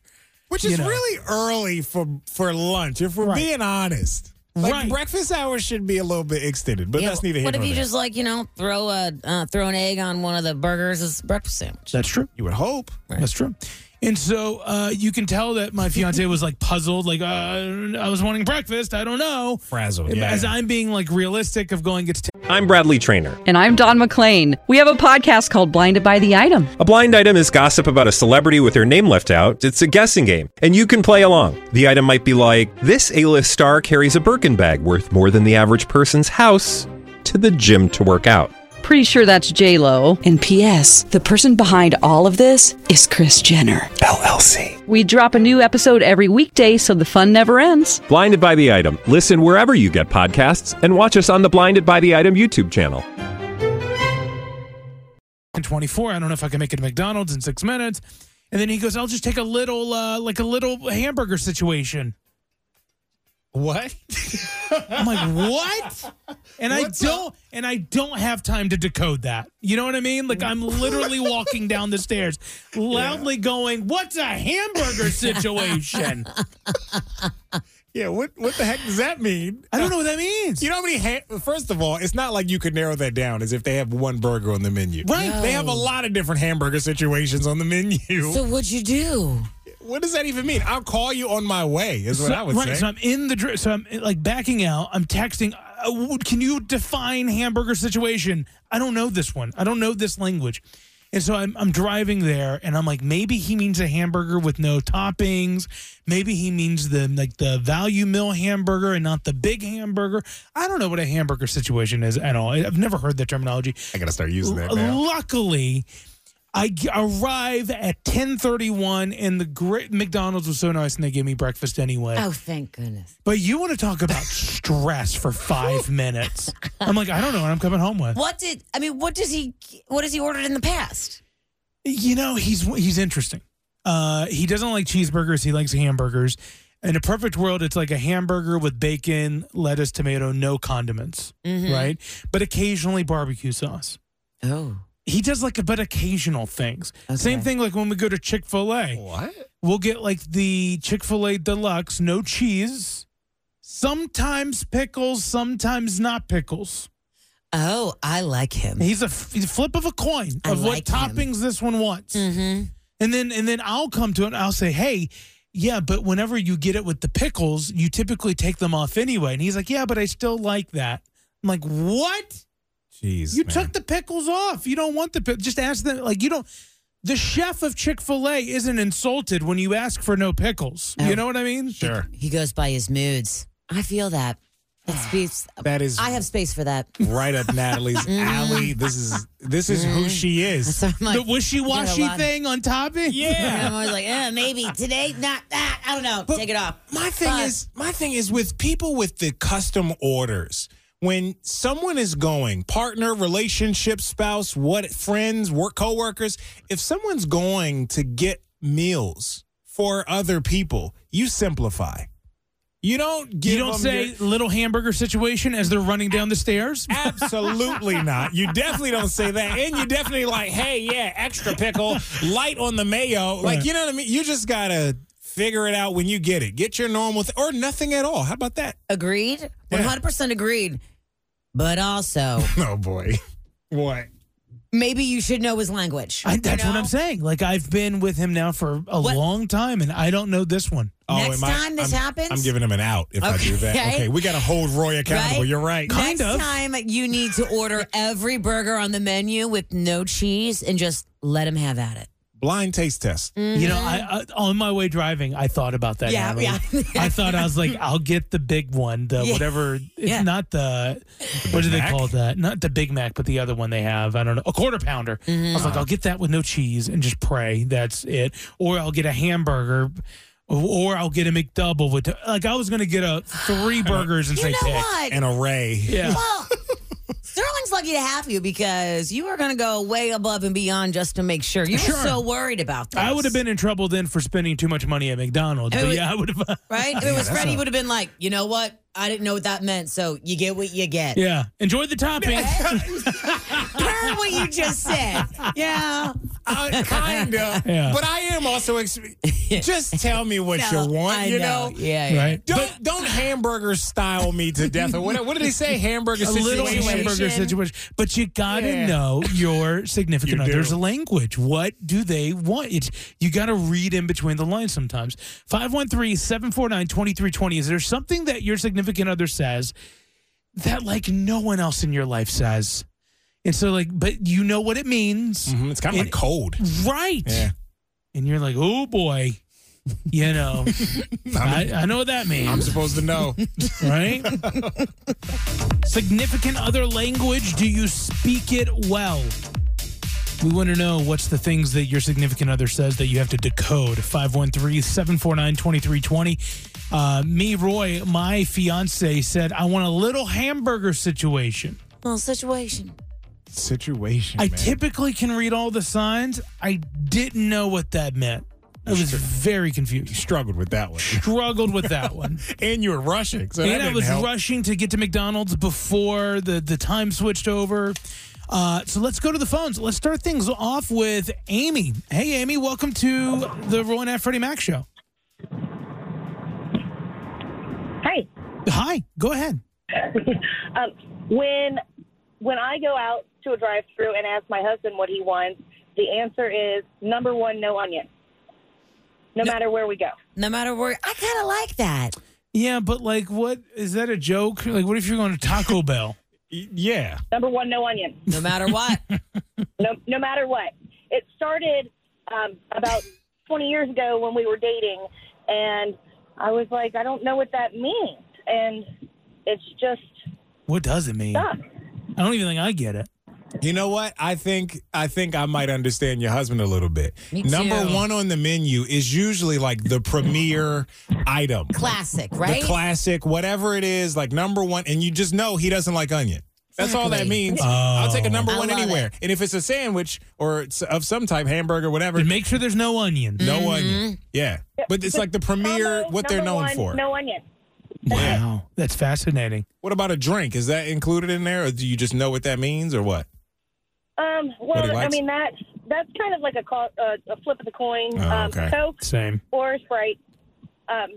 S5: Which
S3: You
S5: is
S3: know.
S5: really early for for lunch, if we're
S3: Right.
S5: being honest. Like
S3: Right.
S5: breakfast hours should be a little bit extended, but
S4: Yeah,
S5: that's neither here
S4: What
S5: nor
S4: if you
S5: there.
S4: just like you know throw a uh, throw an egg on one of the burgers as a breakfast sandwich?
S3: That's true.
S5: you would hope.
S3: That's true. And so uh, you can tell that my fiance was like puzzled, like, uh, I was wanting breakfast. I don't know.
S5: Frazzled. oh, Yeah.
S3: As I'm being like realistic of going, it's
S8: I'm Bradley Trainer.
S9: And I'm Don McClain. We have a podcast called Blinded by the Item.
S8: A blind item is gossip about a celebrity with their name left out. It's a guessing game, and you can play along. The item might be like this: A-list star carries a Birkin bag worth more than the average person's house to the gym to work out.
S9: Pretty sure that's J Lo. And P.S. The person behind all of this is Chris Jenner
S8: LLC.
S9: We drop a new episode every weekday, so the fun never ends.
S8: Blinded by the item. Listen wherever you get podcasts, and watch us on the Blinded by the Item YouTube channel.
S3: 24. I don't know if I can make it to McDonald's in six minutes. And then he goes, I'll just take a little, uh, like a little hamburger situation.
S5: what? (laughs)
S3: I'm like, what? And I don't, and I don't have time to decode that. You know what I mean? Like I'm literally walking down the
S5: (laughs)
S3: stairs, loudly going, "What's a hamburger situation?"
S5: Yeah, what what the heck does that mean?
S3: I don't know what that means.
S5: You know how many? Ha- First of all, it's not like you could narrow that down as if they have one burger on the menu.
S3: Right.
S5: They have a lot of different hamburger situations on the menu.
S4: So what'd you do?
S5: what does that even mean? I'll call you on my way. Is what
S3: so,
S5: I would
S3: right,
S5: say.
S3: so I'm in the dr- so I'm like backing out. I'm texting. uh, w- Can you define hamburger situation? I don't know this one. I don't know this language. And so I'm, I'm driving there, and I'm like, maybe he means a hamburger with no toppings. Maybe he means the like the value meal hamburger and not the big hamburger. I don't know what a hamburger situation is at all. I- I've never heard that terminology.
S5: I gotta start using that
S3: L-
S5: now.
S3: Luckily, I g- arrive at 10:31, and the great McDonald's was so nice, and they gave me breakfast anyway.
S4: Oh, thank goodness.
S3: But you want to talk about stress for five minutes? I'm like, I don't know what I'm coming home with.
S4: What did I mean? What does he? What has he ordered in the past?
S3: You know, he's he's interesting. Uh, he doesn't like cheeseburgers. He likes hamburgers. In a perfect world, it's like a hamburger with bacon, lettuce, tomato, no condiments, right? But occasionally barbecue sauce.
S4: Oh,
S3: He does like a but occasional things. Same thing like when we go to Chick Fil A.
S5: What?
S3: We'll get like the Chick fil A deluxe, no cheese, sometimes pickles, sometimes not pickles.
S4: oh, I like him.
S3: He's a, he's a flip of a coin
S4: I
S3: of what
S4: like him.
S3: toppings this one wants.
S4: Mm-hmm.
S3: And then and then I'll come to it and I'll say, hey, yeah, but whenever you get it with the pickles, you typically take them off anyway. And he's like, yeah, but I still like that. I'm like, what?
S5: Jeez,
S3: You
S5: man.
S3: took the pickles off. You don't want the pickles. Just ask them. Like, you don't. The chef of Chick fil A isn't insulted when you ask for no pickles.
S4: Oh.
S3: You know what I mean?
S5: sure.
S4: He goes by his moods. I feel that.
S5: (sighs)
S4: That speaks.
S5: That is
S4: I have space for that. (laughs)
S5: right up Natalie's alley. This is this is who she is.
S4: So I'm like,
S3: the wishy washy
S4: lot of-
S3: thing on topping?
S4: I'm always like, eh, maybe today, not that. I don't know. Take it off.
S5: My thing
S4: But-
S5: is, my thing is with people with the custom orders. When someone is going, partner, relationship, spouse, what friends, work coworkers, if someone's going to get meals for other people, you simplify. You don't give
S3: you don't
S5: them
S3: say
S5: your-
S3: little hamburger situation as they're running down the stairs.
S5: Absolutely not. You definitely don't say that. And you definitely like, hey, yeah, extra pickle, light on the mayo. Like, you know what I mean? You just got to figure it out when you get it. Get your normal th- or nothing at all. How about that?
S4: Agreed? 100% agreed. But also,
S5: (laughs) Oh, boy. What?
S4: maybe you should know his language.
S3: I, that's
S4: you
S3: what
S4: know?
S3: I'm saying. Like I've been with him now for a
S4: What-
S3: long time, and I don't know this one.
S4: Oh,
S3: Uh,
S4: Next
S5: am I-
S4: time this
S5: I'm-
S4: happens-
S5: I'm giving him an out if I do that.
S4: Okay.
S5: Okay, we got to hold Roy accountable.
S4: Right?
S5: You're right.
S4: Next time you need to
S5: (laughs)
S4: order every burger on the menu with no cheese and just let him have at it.
S5: Blind taste test.
S4: Mm.
S3: You know, I, I on my way driving, I thought about that.
S4: Mm-hmm. Yeah,
S3: Natalie.
S4: yeah.
S3: (laughs) I thought I was like,
S4: (laughs)
S3: I'll get the big one, the
S4: Yeah.
S3: whatever. It's
S4: Yeah.
S3: not the, what do they
S5: Mac?
S3: call that? Not the Big Mac, but the other one they have. I don't know, a quarter pounder. I was
S4: Mm-hmm.
S3: like, I'll get that with no cheese and just pray that's it, or I'll get a hamburger. Or I'll get a McDouble with like I was gonna get a
S4: (gasps)
S3: three burgers and
S4: You
S3: say
S4: know
S3: pick.
S4: what?
S5: An array.
S3: Yeah,
S4: Well, Sterling's lucky to have you because you are going to go way above and beyond just to make sure. You
S3: Sure.
S4: were so worried about this.
S3: I would have been in trouble then for spending too much money at McDonald's.
S4: I
S3: But
S4: would-
S3: yeah, I would have.
S4: Right? If it was Freddie, would have been like, you know what? I didn't know what that meant. So you get what you (laughs) get.
S3: (laughs) Yeah, enjoy the topping.
S4: Heard what you just said. Yeah.
S5: Uh,
S4: (laughs)
S5: kinda.
S3: Yeah.
S5: But I am also. Ex- just tell me what
S4: No,
S5: you want,
S4: I
S5: you know?
S4: Yeah. yeah.
S3: (laughs) Right.
S5: Don't don't hamburger style me to death. Or what, what did they say? Hamburger
S3: a
S5: situation.
S3: little hamburger situation. But you gotta
S5: Yeah.
S3: know your significant
S5: You do.
S3: other's language. What do they want? It's, you gotta read in between the lines sometimes. 513-749-2320. Is there something that your significant other says that like no one else in your life says? And so like, but you know what it means.
S5: Mhm, It's kind of like (laughs) cold.
S3: Right.
S5: Yeah.
S3: And you're like, oh boy. You know.
S5: (laughs)
S3: I, I know what that means. (laughs)
S5: I'm supposed to know.
S3: right? Significant other language, do you speak it well? We want to know what's the things that your significant other says that you have to decode. 513 749 2320. Uh, Me, Roy, my fiance said, I want a little hamburger situation.
S4: Well, situation.
S5: situation.
S3: I
S5: Oh, man.
S3: typically can read all the signs. I didn't know what that meant. I was very confused.
S5: struggled with that one.
S3: Struggled with that (laughs) one.
S5: And you were rushing. So that
S3: and I
S5: didn't
S3: was
S5: help.
S3: rushing to get to McDonald's before the, the time switched over. Uh, so let's go to the phones. Let's start things off with Amy. Hey, Amy, welcome to the Rowan F. Freddie Mac show.
S7: Hey,
S3: Hi, go ahead.
S7: um, when when I go out to a drive-through and ask my husband what he wants, the answer is number one, no onion. No, matter where we go,
S4: No matter where, I kind of like that.
S3: Yeah, but like, what is that a joke? Like, what if you're going to (laughs) Taco Bell?
S5: Y- Yeah.
S7: number one, no onion.
S4: No matter
S3: (laughs)
S4: what.
S7: No, no matter what. It started um, about 20 years ago when we were dating, and I was like, I don't know what that means, and it's just
S3: What does it mean?
S7: stuff.
S3: I don't even think I get it.
S5: You know what? I think I think I might understand your husband a little bit.
S4: Me
S5: Number
S4: too.
S5: one on the menu is usually like the (laughs) premier item.
S4: Classic, right?
S5: The classic, whatever it is, like number one, and you just know he doesn't like onion. That's all that
S4: Exactly.
S3: Oh.
S5: means. I'll take a number
S4: I
S5: one
S4: love
S5: anywhere. And if it's a sandwich or it's of some type, hamburger, whatever,
S3: But make sure there's no onion.
S5: no
S4: Mm-hmm.
S5: onion. Yeah. But it's like the premier,
S7: Combo,
S5: what they're
S7: Um, number one,
S5: known for.
S7: No onion.
S3: Wow, that's fascinating.
S5: What about a drink? Is that included in there, or do you just know what that means, or what?
S7: Um,
S5: What he
S7: well, I
S5: likes?
S7: mean that that's kind of like a, co- uh, a flip of the coin.
S5: Oh,
S7: um,
S5: okay.
S7: Coke
S3: Same.
S7: or Sprite. Um,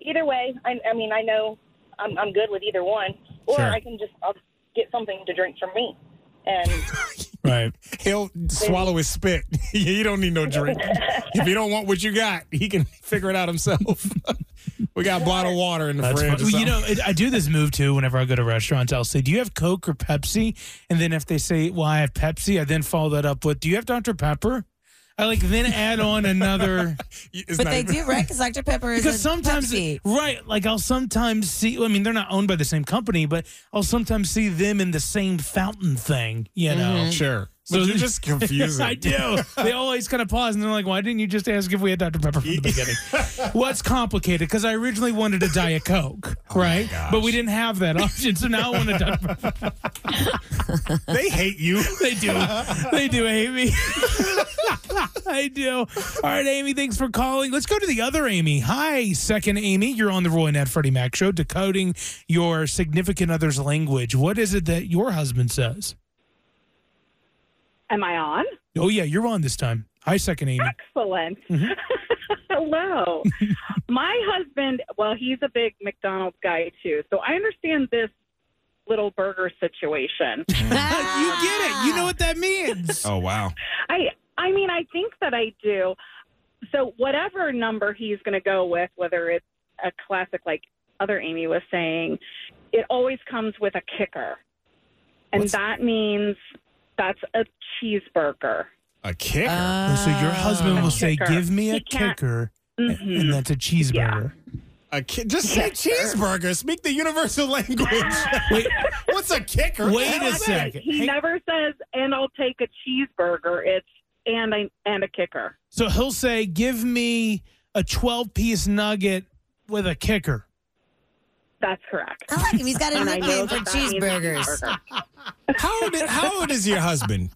S7: either way, I, I mean, I know I'm, I'm good with either one, or
S5: Sure.
S7: I can just I'll get something to drink from me. And
S3: Right.
S5: (laughs) He'll swallow his spit. (laughs) he don't need
S4: (laughs)
S5: no drink. if you don't want what you got, he can figure it out himself. (laughs) we got bottled water in the
S3: That's
S5: fridge.
S3: fun.
S5: or
S3: Well, you
S5: something.
S3: know, it, I do this move too whenever I go to restaurants. I'll say, Do you have Coke or Pepsi? And then if they say, Well, I have Pepsi, I then follow that up with, Do you have Dr. Pepper? I like then add on another
S5: It's
S4: but
S5: not
S4: they
S5: even-
S4: do, right? Because Dr. Pepper is
S3: because
S4: a
S3: sometimes
S4: Pepsi.
S3: right like I'll sometimes see I mean they're not
S5: Mm-hmm.
S3: owned by the same company but I'll sometimes see them in the same fountain thing you know
S5: Sure. So you're just confusing.
S3: Mm-hmm. (laughs) I
S5: (laughs)
S3: do. They always kind of pause and they're like, "Why didn't you just ask if we had Dr Pepper from the
S5: (laughs)
S3: beginning?" well, it's complicated because I originally wanted a Diet
S5: (laughs)
S3: Coke,
S5: Oh
S3: right? But we didn't have that option, so now I want a Dr Pepper.
S5: (laughs) They hate you.
S3: They do. (laughs) They do, Amy. (laughs) I do. All right, Amy, thanks for calling. Let's go to the other Amy. Hi, second Amy. You're on the Roy and Ed Freddie Mac show, decoding your significant other's language. What is it that your husband says?
S7: Am I on?
S3: Oh, yeah, you're on this time. Hi, second Amy.
S7: (laughs) Excellent.
S5: Mm-hmm.
S7: (laughs)
S5: (laughs)
S7: Hello. My husband, well, he's a big McDonald's guy too, so I understand this little burger situation.
S3: (laughs) you get it.
S4: Ah.
S3: You know what that means.
S5: Oh wow.
S7: I I mean, I think that I do. So whatever number he's going to go with, whether it's a classic like other Amy was saying, it always comes with a kicker. And that means that's a cheeseburger.
S5: A kicker.
S3: And so your husband will say,
S7: Uh, Kicker.
S3: Give me a
S7: He can't-
S3: kicker,
S7: Mhm.
S3: and that's a cheeseburger.
S5: a ki- just say cheeseburger. Speak the universal (laughs) language.
S3: Wait,
S5: What's a kicker?
S3: wait a second.
S7: He
S3: Hang-
S7: never says, "And I'll take a cheeseburger." It's and I and a kicker.
S3: So he'll say, "Give me a twelve-piece nugget with a kicker."
S7: That's correct. (laughs)
S4: I like him. He's got a
S7: And I know
S4: nickname for
S7: that that means
S4: cheeseburgers.
S7: cheeseburger.
S5: How old, how old is your husband?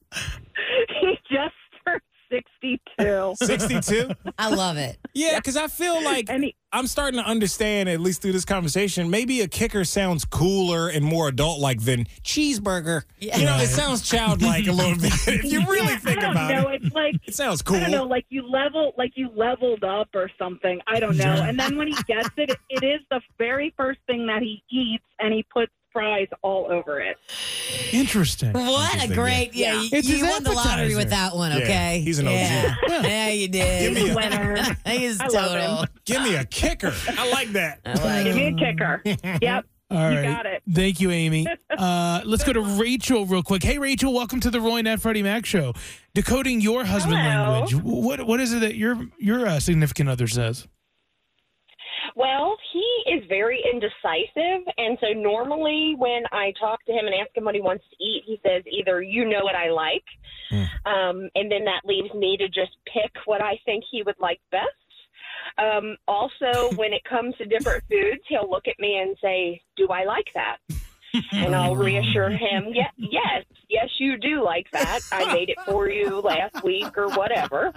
S7: he just turned sixty-two.
S5: 62?
S4: I love it.
S5: Yeah, because I feel like
S7: And he-
S5: I'm starting to understand, at least through this conversation, maybe a kicker sounds cooler and more adult like than cheeseburger. You
S7: (laughs)
S5: know, it sounds childlike a little bit. if you really
S7: Yeah,
S5: think
S7: I don't
S5: about
S7: know.
S5: it,
S7: It's like
S5: it sounds
S7: I don't know,
S5: cool.
S7: like you level, like you leveled up or something. I don't know. And then when he gets it, it is the very first thing that he eats, and he puts fries all over it.
S3: Interesting.
S4: What a
S5: Interesting,
S4: great yeah!
S7: yeah.
S4: you-
S3: It's
S4: you
S3: his
S4: won the lottery
S3: appetizer.
S4: with that one,
S5: Yeah,
S4: okay?
S5: he's an OG.
S4: Yeah,
S3: Yeah.
S4: yeah you did.
S5: Give me a-
S7: Winner.
S4: He's
S7: (laughs) I love him.
S4: total.
S5: Give me a kicker. I
S7: (laughs)
S5: like that.
S4: I like it.
S7: Give me a
S5: (laughs)
S7: kicker. Yep.
S3: All right.
S7: got it.
S3: Thank
S7: (laughs)
S3: you, Amy. Uh, let's go to Rachel real quick. Hey, Rachel, welcome to the Roy and Freddie Mac show. Decoding your husband
S7: Hello.
S3: language. What what is it that your your uh, significant other says?
S7: Well, he is very indecisive, and so normally when I talk to him and ask him what he wants to eat, he says either you know what I like, um, and then that leaves me to just pick what I think he would like best. Um, also, when it comes to different foods, he'll look at me and say, "Do I like that?" And I'll reassure him, yeah, yes, yes, you do like that. I made it for you last week or whatever.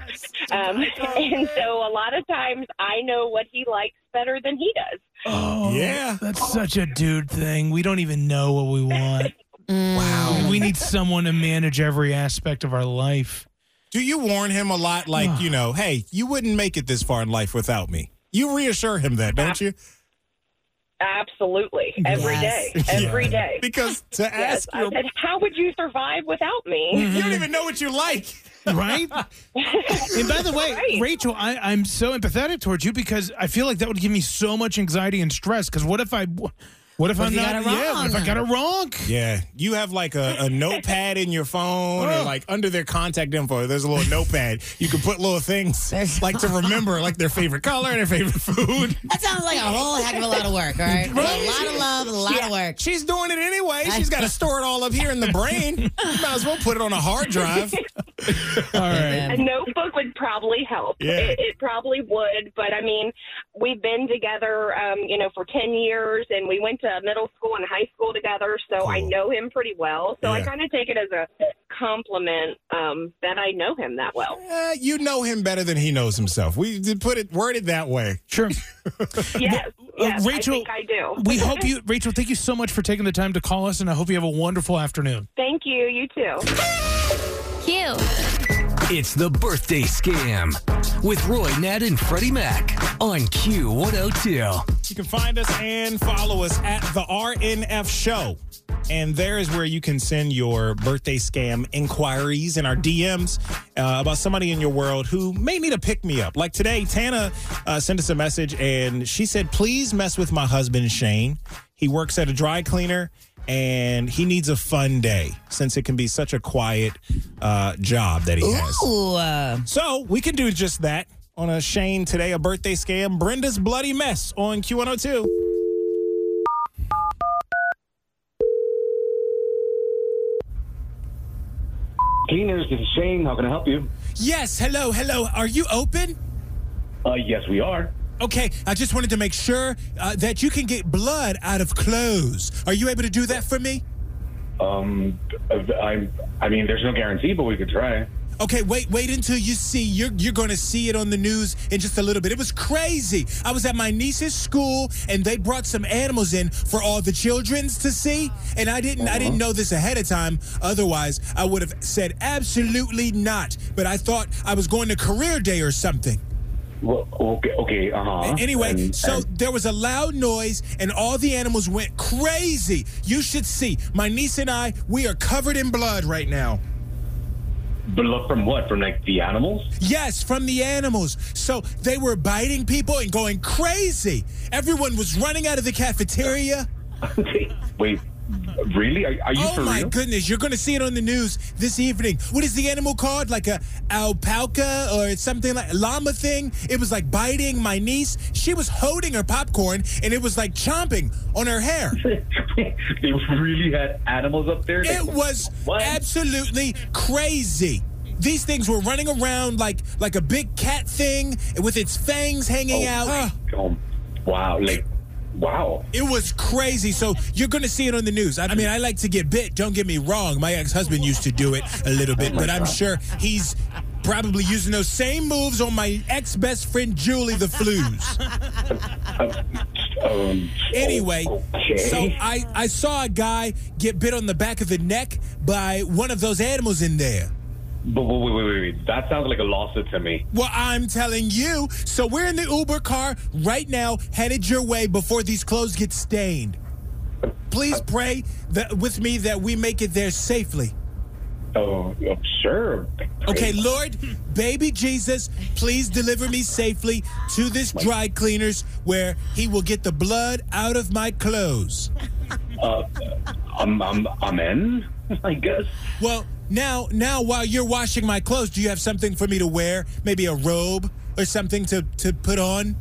S7: Um, (laughs) and so a lot of times I know what he likes better than he does.
S3: Oh,
S5: Yeah.
S3: That's such a dude thing. We don't even know what
S7: (laughs)
S3: we want.
S5: Wow.
S3: we need someone to manage every aspect of our life.
S5: Do you warn him a lot, like, you know, hey, you wouldn't make it this far in life without me? You reassure him that, don't you?
S7: Absolutely. every day,
S4: Yes.
S5: (laughs)
S7: every day.
S5: Because
S7: (laughs)
S5: to
S7: Yes.
S5: ask
S7: I
S5: your
S7: said, how would you survive without me?
S5: you don't even know what you like.
S3: right? and by the way,
S7: Right.
S3: Rachel, I, I'm so empathetic towards you because I feel like that would give me so much anxiety and stress. Because what if I, what if I'm
S4: if you
S3: not,
S4: got it
S3: yeah, what if I
S4: wrong?
S3: got it wrong?
S5: Yeah, you have like a, a notepad in your phone or like under their contact info. There's a little notepad. You can put little things
S4: There's-
S5: like to remember, like their favorite color, their favorite food.
S4: That sounds like a whole heck of a lot of work, all right? A lot of love, a (laughs) lot of work.
S5: She's doing it anyway.
S4: (laughs)
S5: She's got to store it all up here in the brain. You might as well put it on a
S4: (laughs)
S5: hard drive.
S3: All right.
S7: A notebook would probably help.
S5: Yeah.
S7: It, it probably would, but I mean, we've been together, um, you know, for ten years, and we went to middle school and high school together, so I
S5: Cool.
S7: know him pretty well. So I
S5: Yeah.
S7: kind of take it as a compliment um, that I know him that well.
S5: Uh, you know him better than he knows himself. We did put it worded that way.
S3: Sure.
S7: Yes, yes
S3: Rachel,
S7: I think I do.
S3: we hope you, Rachel, thank you so much for taking the time to call us, and I hope you have a wonderful afternoon.
S7: Thank you. You too.
S10: Q.
S2: It's the birthday scam with Roy, Nat, and Freddie Mac on Q102.
S5: You can find us and follow us at the RNF Show. And there is where you can send your birthday scam inquiries and our DMs uh, about somebody in your world who may need a pick me up. Like today, Tana uh, sent us a message and she said, Please mess with my husband, Shane. He works at a dry cleaner and he needs a fun day since it can be such a quiet uh, job that he has.
S4: Ooh, uh,
S5: So we can do just that on a Shane today, a birthday scam. Brenda's bloody mess on Q102.
S11: Cleaners, this is Shane. How can I help you?
S5: Yes, hello, hello. Are you open?
S11: Uh, yes, we are.
S5: Okay, I just wanted to make sure uh, that you can get blood out of clothes. Are you able to do that for me?
S11: Um, I, I mean, there's no guarantee, but we could try.
S5: Okay, wait, wait until you see. You're you're gonna see it on the news in just a little bit. It was crazy. I was at my niece's school and they brought some animals in for all the childrens to see, and I didn't I didn't know this ahead of time. Otherwise, I would have said absolutely not. But I thought I was going to career day or something.
S11: Well, okay, okay, uh huh.
S5: Anyway, so there was a loud noise and all the animals went crazy. You should see. My niece and I, we are covered in blood right now.
S11: But look from what? From like the animals?
S5: Yes, from the animals. So they were biting people and going crazy. Everyone was running out of the cafeteria.
S11: (laughs) Wait, really? Are, are you
S5: oh
S11: for
S5: my
S11: real?
S5: goodness, you're going to see it on the news this evening. What is the animal called? Like a alpaca or something like llama thing? It was like biting my niece. She was holding her popcorn and it was like chomping on her hair.
S11: (laughs) they really had animals up there.
S5: It was absolutely crazy. These things were running around like like a big cat thing with its fangs hanging out.
S11: Oh, wow, like wow.
S5: It was crazy. So you're going to see it on the news. I, I mean, I like to get bit. Don't get me wrong. My ex-husband used to do it a little bit, but I'm sure he's probably using those same moves on my ex-best friend Julie the Flues. Anyway, so I, I saw a guy get bit on the back of the neck by one of those animals in there.
S11: But wait, wait, wait, wait, wait. That sounds like a lawsuit to me.
S5: Well, I'm telling you. So we're in the Uber car right now, headed your way before these clothes get stained. Please pray that with me that we make it there safely.
S11: Oh, oh, sure.
S5: Okay, Lord, baby Jesus, please deliver me safely to this dry cleaners where he will get the blood out of my clothes.
S11: Uh, I'm, I'm, I'm in. (laughs) I guess.
S5: Well, now, now while you're washing my clothes, do you have something for me to wear? Maybe a robe or something to, to put on?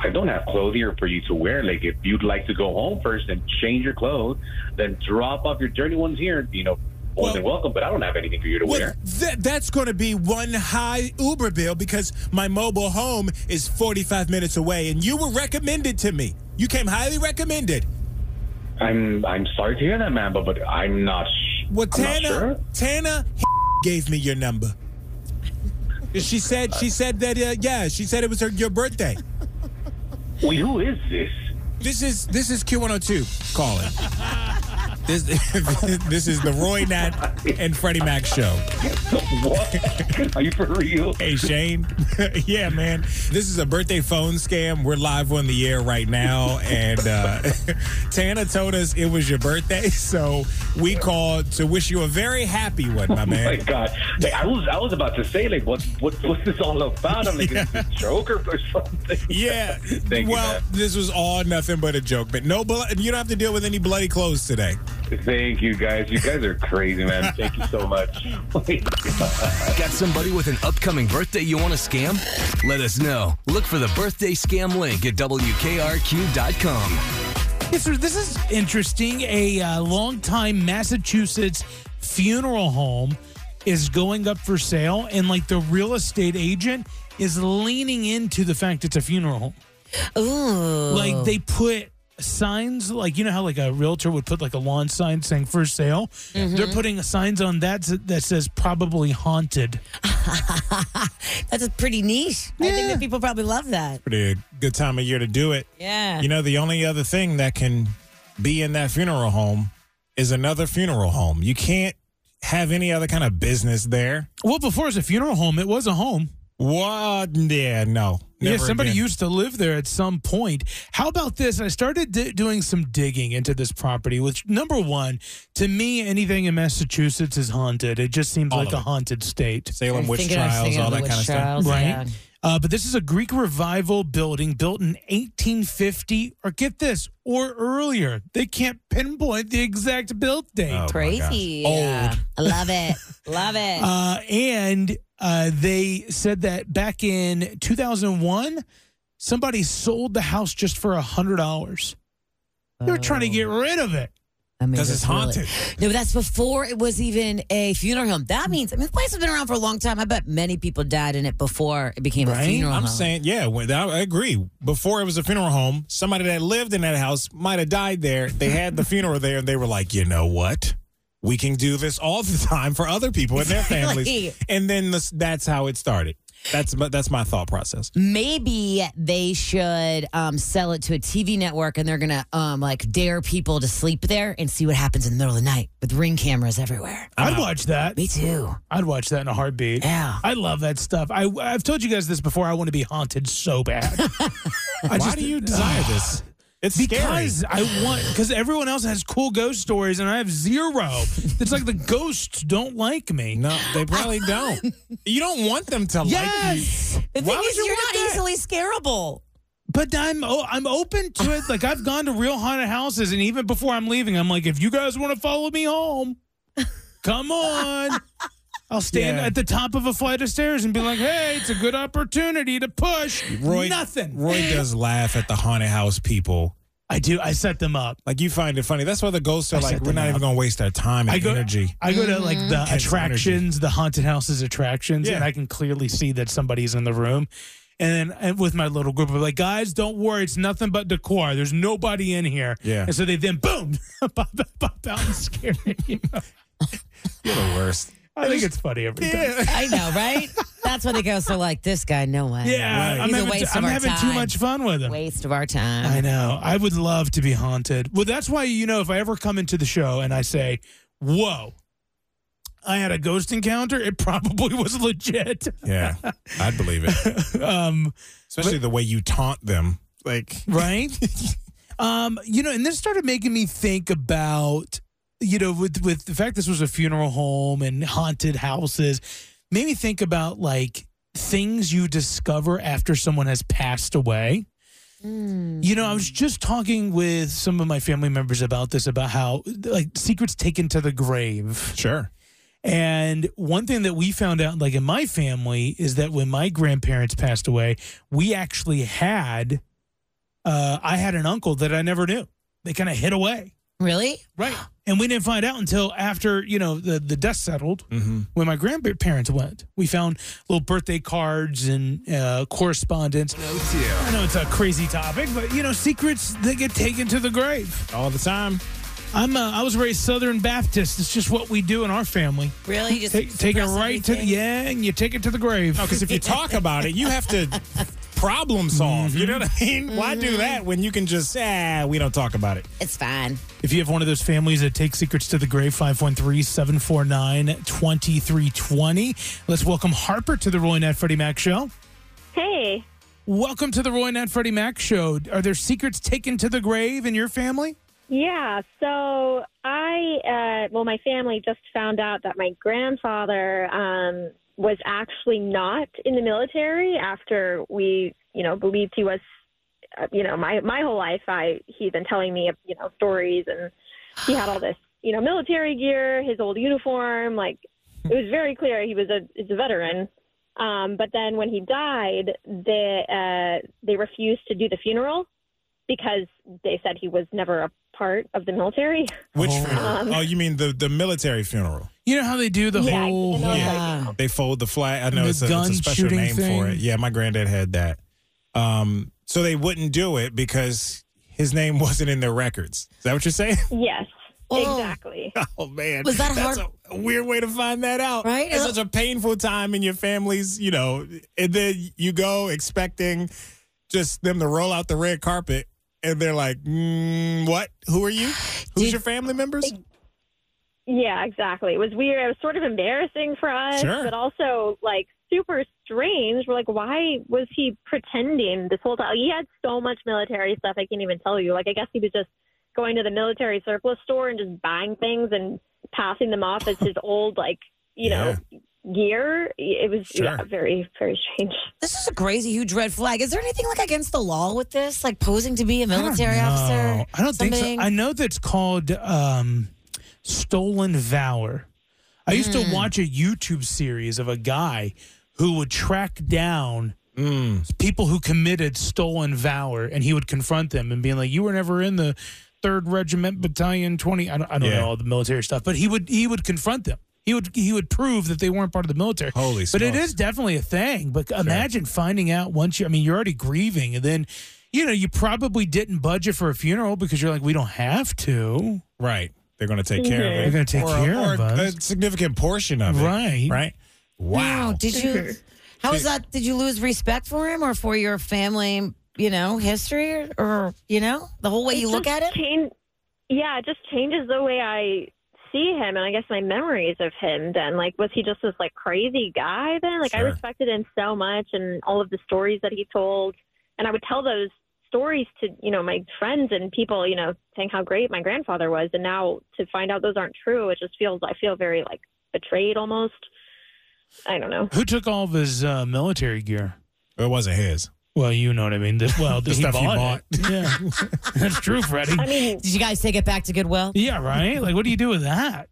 S11: I don't have clothes here for you to wear. Like, if you'd like to go home first and change your clothes, then drop off your dirty ones here. You know, more than welcome. But I don't have anything for you to wear.
S5: Th- that's going to be one high Uber bill because my mobile home is 45 minutes away and you were recommended to me. You came highly recommended.
S11: I'm, I'm sorry to hear that, man, but, but I'm not. Sh-
S5: Well,
S11: I'm not
S5: Tana,
S11: sure.
S5: Tana (laughs) gave me your number. She said she said that uh, yeah, she said it was her your birthday.
S11: Wait, who is this? (laughs)
S5: This is this is Q102 calling. This (laughs) this is the Roy Nat and Freddie Mac show.
S11: What? Are you for real?
S5: Hey Shane. (laughs) yeah, man. This is a birthday phone scam. We're live on the air right now, and uh, (laughs) Tana told us it was your birthday, so we called to wish you a very happy one, my man.
S11: Oh my god! Like, I was I was about to say like what what what's this all about? I'm like is
S5: (laughs)
S11: this a joke or or something.
S5: Yeah.
S11: Thank you,
S5: well,
S11: man.
S5: this was all nothing but a joke, but no blood. You don't have to deal with any bloody clothes today.
S11: Thank you guys. You guys are crazy, man. Thank you so much. (laughs)
S2: Got somebody with an upcoming birthday you want to scam? Let us know. Look for the birthday scam link at WKRQ.com.
S3: Yeah, so this is interesting. A uh, longtime Massachusetts funeral home is going up for sale, and like the real estate agent is leaning into the fact it's a funeral home.
S4: Ooh.
S3: Like they put signs, like you know how like a realtor would put like a lawn sign saying for sale. They're putting signs on that s- that says probably haunted.
S4: That's pretty niche. I think that people probably love that.
S5: Pretty good time of year to do it.
S4: Yeah.
S5: You know, the only other thing that can be in that funeral home is another funeral home. You can't have any other kind of business there.
S3: Well, before it was a funeral home, it was a home.
S5: What? Yeah, no.
S3: Yeah,
S5: Never
S3: somebody
S5: again.
S3: used to live there at some point. How about this? I started di- doing some digging into this property, which, number one, to me, anything in Massachusetts is haunted. It just seems
S5: All
S3: like
S5: of
S3: a
S5: it.
S3: haunted state.
S5: Salem witch trials, all that kind of stuff.
S3: Right.
S4: yeah.
S3: Uh, but this is a Greek revival building built in 1850, or get this, or earlier. They can't pinpoint the exact build date.
S5: Oh, my gosh.
S4: Crazy.
S5: Old.
S4: I love it. love it.
S3: (laughs) Uh, and uh, they said that back in 2001,
S5: Oh.
S3: somebody sold the house just for a hundred dollars. They were trying to get rid of it.
S4: I mean,
S5: 'Cause it's
S4: really-
S5: haunted.
S4: no, but that's before it was even a funeral home. That means, I mean, the place has been around for a long time. I bet many people died in it before it became a
S5: Right?
S4: funeral
S5: I'm
S4: home.
S5: saying, yeah, when- I I agree. Before it was a funeral home, somebody that lived in that house might have died there. They had the funeral there, and they were like, you know what? We can do this all the time for other people and
S4: (laughs)
S5: their families.
S4: Exactly.
S5: And then this, that's how it started. That's my, that's my thought process.
S4: Maybe they should um, sell it to a TV network and they're going to um, like dare people to sleep there and see what happens in the middle of the night with ring cameras everywhere.
S5: Uh-huh.
S3: I'd watch that.
S4: Me too.
S3: I'd watch that in a heartbeat.
S4: Yeah.
S3: I love that stuff. I, I've told you guys this before. I want to be haunted so
S5: (laughs)
S3: bad.
S5: Why do you desire this? It's
S3: because
S5: scary.
S3: I want because everyone else has cool ghost stories and I have zero. It's like the ghosts don't like me.
S5: No,
S4: (laughs)
S5: they probably don't. You don't want them to
S3: Yes.
S5: like you.
S4: The
S5: Why
S4: thing
S5: would
S4: is,
S5: you
S4: you're
S5: want
S4: not
S5: that?
S4: easily scarable.
S3: But I'm oh, I'm open to it. Like I've gone to real haunted houses, and even before I'm leaving, I'm like, if you guys want to follow me home,
S4: (laughs)
S3: come on. I'll stand
S5: Yeah.
S3: at the top of a flight of stairs and be like, hey, it's a good opportunity to push.
S5: Roy,
S3: Nothing.
S5: Roy does laugh at the haunted house people.
S3: (sighs) I do. I set them up.
S5: Like you find it funny. That's why the ghosts are
S3: I
S5: like,
S3: set
S5: we're
S3: them
S5: not even
S3: up.
S5: going to waste our time and
S3: I go,
S5: energy.
S3: I go to like
S4: Mm-hmm.
S3: the
S5: Hence
S3: attractions, the haunted houses attractions,
S5: Yeah.
S3: and I can clearly see that somebody's in the room. And then and with my little group, I'm like, guys, don't worry, it's nothing but decor. There's nobody in here.
S5: Yeah.
S3: And so they then boom, (laughs) pop, pop out and scare me. (laughs)
S5: You're the worst.
S3: I think it's funny every time.
S4: I know,
S3: (laughs)
S4: right? That's why the ghosts are like, this guy, no way.
S3: Yeah,
S5: Right.
S3: I'm
S4: He's a
S3: having,
S4: waste of
S3: I'm
S4: our
S3: having too
S4: time.
S3: much fun with him.
S4: Waste of our time.
S3: I know. I would love to be haunted. Well, that's why, you know, if I ever come into the show and I say, whoa, I had a ghost encounter, it probably (laughs) was legit. (laughs)
S5: Yeah, I'd believe it.
S3: Um,
S5: Especially the way you taunt them. Like,
S3: right? um, you know, and this started making me think about, you know, with with the fact this was a funeral home and haunted houses, made me think about like things you discover after someone has passed away. You know, I was just talking with some of my family members about this, about how like secrets taken to the grave.
S5: sure.
S3: And one thing that we found out, like in my family, is that when my grandparents passed away, we actually had, uh, I had an uncle that I never knew. They kind of hid away.
S4: Really?
S3: Right. And we didn't find out until after, you know, the, the dust settled
S5: Mm-hmm.
S3: when my grandparents went. We found little birthday cards and uh, correspondence. I know it's a crazy topic, but, you know, secrets that get taken to the grave.
S5: All the time.
S3: I'm, uh, I was raised Southern Baptist. It's just what we do in our family
S4: Really? Just
S3: take, take it
S4: suppress
S3: right to the
S4: everything?
S3: yeah, and you take it to the grave.
S5: No, because if you talk about it, you have to problem solve. You know what I mean? Why
S3: Mm-hmm.
S5: do that when you can just, ah, we don't talk about it?
S4: It's fine.
S3: If you have one of those families that take secrets to the grave, 513-749-2320. Let's welcome Harper to the Roy and Nat Freddie Mac show.
S12: Hey,
S3: Welcome to the Roy and Nat Freddie Mac show. Are there secrets taken to the grave in your family?
S12: yeah. So I, uh, well, my family just found out that my grandfather um, was actually not in the military after we, you know, believed he was. uh, You know, my my whole life, I he's been telling me, you know, stories, and he had all this, you know, military gear, his old uniform. Like it was very clear he was a he's a veteran. Um, but then when he died, they uh, they refused to do the funeral because they said he was never a part of the military. (laughs)
S5: Which
S3: Oh.
S5: funeral? oh, you mean the, the military funeral?
S3: You know how they do the
S12: Yeah,
S3: whole
S12: you know,
S3: yeah.
S4: Yeah.
S5: They fold the flag. I know
S3: The
S5: it's, a, it's a
S3: gun
S5: special
S3: shooting
S5: name for
S3: thing?
S5: it. Yeah, my granddad had that. Um, so they wouldn't do it because his name (laughs) wasn't in their records. Is that what you're saying? (laughs)
S12: Yes,
S4: Oh.
S12: exactly.
S5: Oh man,
S4: Was that
S5: That's
S4: hard-
S5: a weird way to find that out,
S4: Right? Uh-huh.
S5: It's such a painful time in your family's, you know, and then you go expecting just them to roll out the red carpet, and they're like, mm, "What? Who are you? Who's
S4: Did-
S5: your family members?"
S12: Yeah, exactly. It was weird. It was sort of embarrassing for us,
S5: Sure.
S12: but also like super strange. We're like, why was he pretending this whole time? He had so much military stuff. I can't even tell you. Like, I guess he was just going to the military surplus store and just buying things and passing them off as his old, like, you know, gear. It was yeah,
S5: Sure.
S12: very, very strange.
S4: This is a crazy huge red flag. Is there anything like against the law with this? Like posing to be a military officer?
S3: No, I don't think
S4: Something?
S3: so. I know that's called um, stolen valor. I used
S4: Hmm.
S3: to watch a YouTube series of a guy who would track down people who committed stolen valor, and he would confront them and being like, "You were never in the Third Regiment Battalion Twenty. I don't, I don't
S5: Yeah.
S3: know all the military stuff, but he would he would confront them. He would he would prove that they weren't part of the military.
S5: Holy
S3: But it
S5: smokes.
S3: is definitely a thing. But imagine finding out once you. I mean, you're already grieving, and then you know you probably didn't budget for a funeral because you're like, we don't have to.
S5: Right. They're going to take care of it.
S3: They're gonna take
S5: Or-
S3: care
S5: or
S3: of us.
S5: A significant portion of it.
S3: Right.
S5: Right. Wow.
S4: Wow, did you? How is that? Did you lose respect for him or for your family? You know, history or, or you know the whole way you look at it.
S12: Change, yeah, it just changes the way I see him, and I guess my memories of him. Then, like, was he just this like crazy guy? Then, like, I
S13: Sure.
S12: respected him so much, and all of the stories that he told, and I would tell those stories to you know my friends and people, you know, saying how great my grandfather was, and now to find out those aren't true, it just feels I feel very like betrayed almost. I don't know.
S3: Who took all of his uh, military gear?
S5: It wasn't his.
S3: Well, you know what I mean. The, well,
S5: (laughs) The
S3: he
S5: stuff he
S3: bought it.
S5: (laughs)
S3: Yeah, that's true, Freddie.
S12: mean,
S4: did you guys take it back to Goodwill?
S3: Yeah, right. Like, what do you do with that?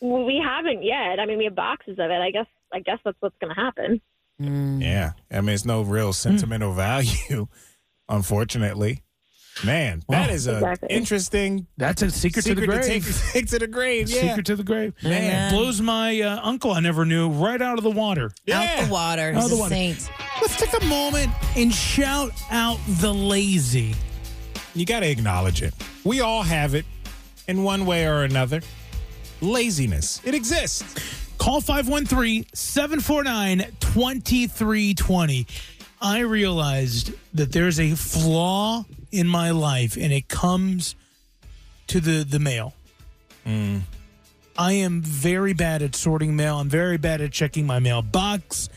S12: Well, we haven't yet. I mean, we have boxes of it. I guess I guess that's what's going to happen.
S5: Yeah. I mean, it's no real sentimental (laughs) value, unfortunately. Man,
S3: Wow.
S5: that is a
S3: Exactly.
S5: interesting.
S3: That's a secret, to the grave.
S5: take, take (laughs) to the grave. Yeah.
S3: Secret to the grave.
S5: Man.
S3: blows my uh, uncle I never knew right out of the water.
S4: Out the water.
S3: Out
S4: He's
S3: of the
S4: a
S3: water.
S4: saint.
S3: Let's take a moment and shout out the lazy.
S5: You got to acknowledge it. We all have it in one way or another. Laziness. It
S3: (laughs)
S5: exists.
S3: Call 513 749 2320. I realized that there's a flaw in my life and it comes to the, the mail. I am very bad at sorting mail. I'm very bad at checking my mailbox.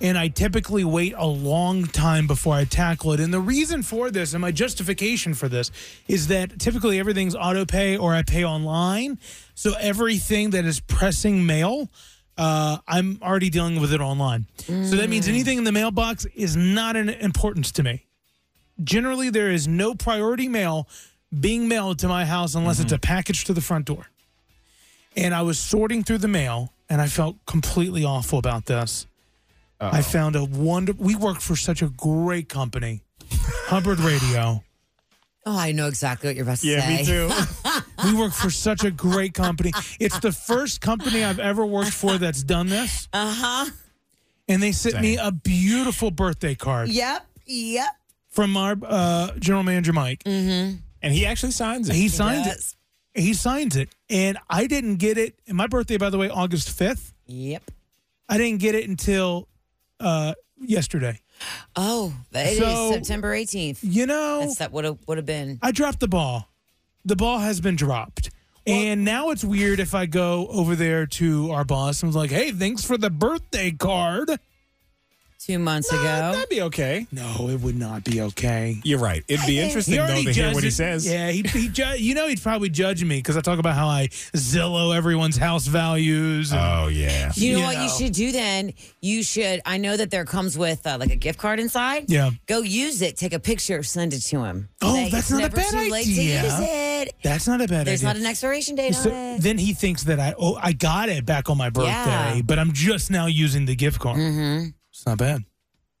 S3: And I typically wait a long time before I tackle it. And the reason for this, and my justification for this, is that typically everything's auto pay or I pay online. So everything that is pressing mail, uh, I'm already dealing with it online. So that means anything in the mailbox is not an importance to me generally there is no priority mail being mailed to my house unless it's a package to the front door. And I was sorting through the mail and I felt completely awful about this. I found a wonder we work for such a great company. Hubbard Radio.
S4: Oh, I know exactly what you're about to
S3: Yeah,
S4: say.
S3: me too. We work for such a great company. It's the first company I've ever worked for that's done this.
S4: uh huh.
S3: And they sent me a beautiful birthday card
S4: Yep. Yep.
S3: from our uh, general manager Mike.
S4: Mm-hmm.
S5: And he actually signs it.
S3: He signs it. He signs it. And I didn't get it. And my birthday, by the way, August 5th.
S4: Yep.
S3: I didn't get it until uh, yesterday.
S4: Oh, it is
S3: So,
S4: September 18th.
S3: You know,
S4: That's that would have would have been.
S3: I dropped the ball. The ball has been dropped. and now it's weird if I go over there to our boss and was like, hey, thanks for the birthday card.
S4: Two months ago.
S5: That'd be okay.
S3: No, it would not be okay.
S5: You're right. It'd be interesting, though,
S3: already
S5: to hear what he
S3: judges-
S5: says.
S3: Yeah, he, he ju- you know he's probably judging me because I talk about how I Zillow everyone's house values.
S5: oh, yeah.
S4: You know what you should do then? You should. I know that there comes with uh, like a gift card inside.
S3: Yeah.
S4: Go use it. Take a picture. Send it to him.
S3: Oh,
S4: Like,
S3: that's
S4: it's
S3: not a
S4: never
S3: bad
S4: too late to
S3: idea.
S4: use it.
S3: That's not a bad
S4: There's
S3: idea.
S4: not an expiration date
S3: So
S4: on it.
S3: then he thinks that I oh I got it back on my birthday,
S4: Yeah.
S3: but I'm just now using the gift card.
S4: Mm-hmm.
S3: It's not bad.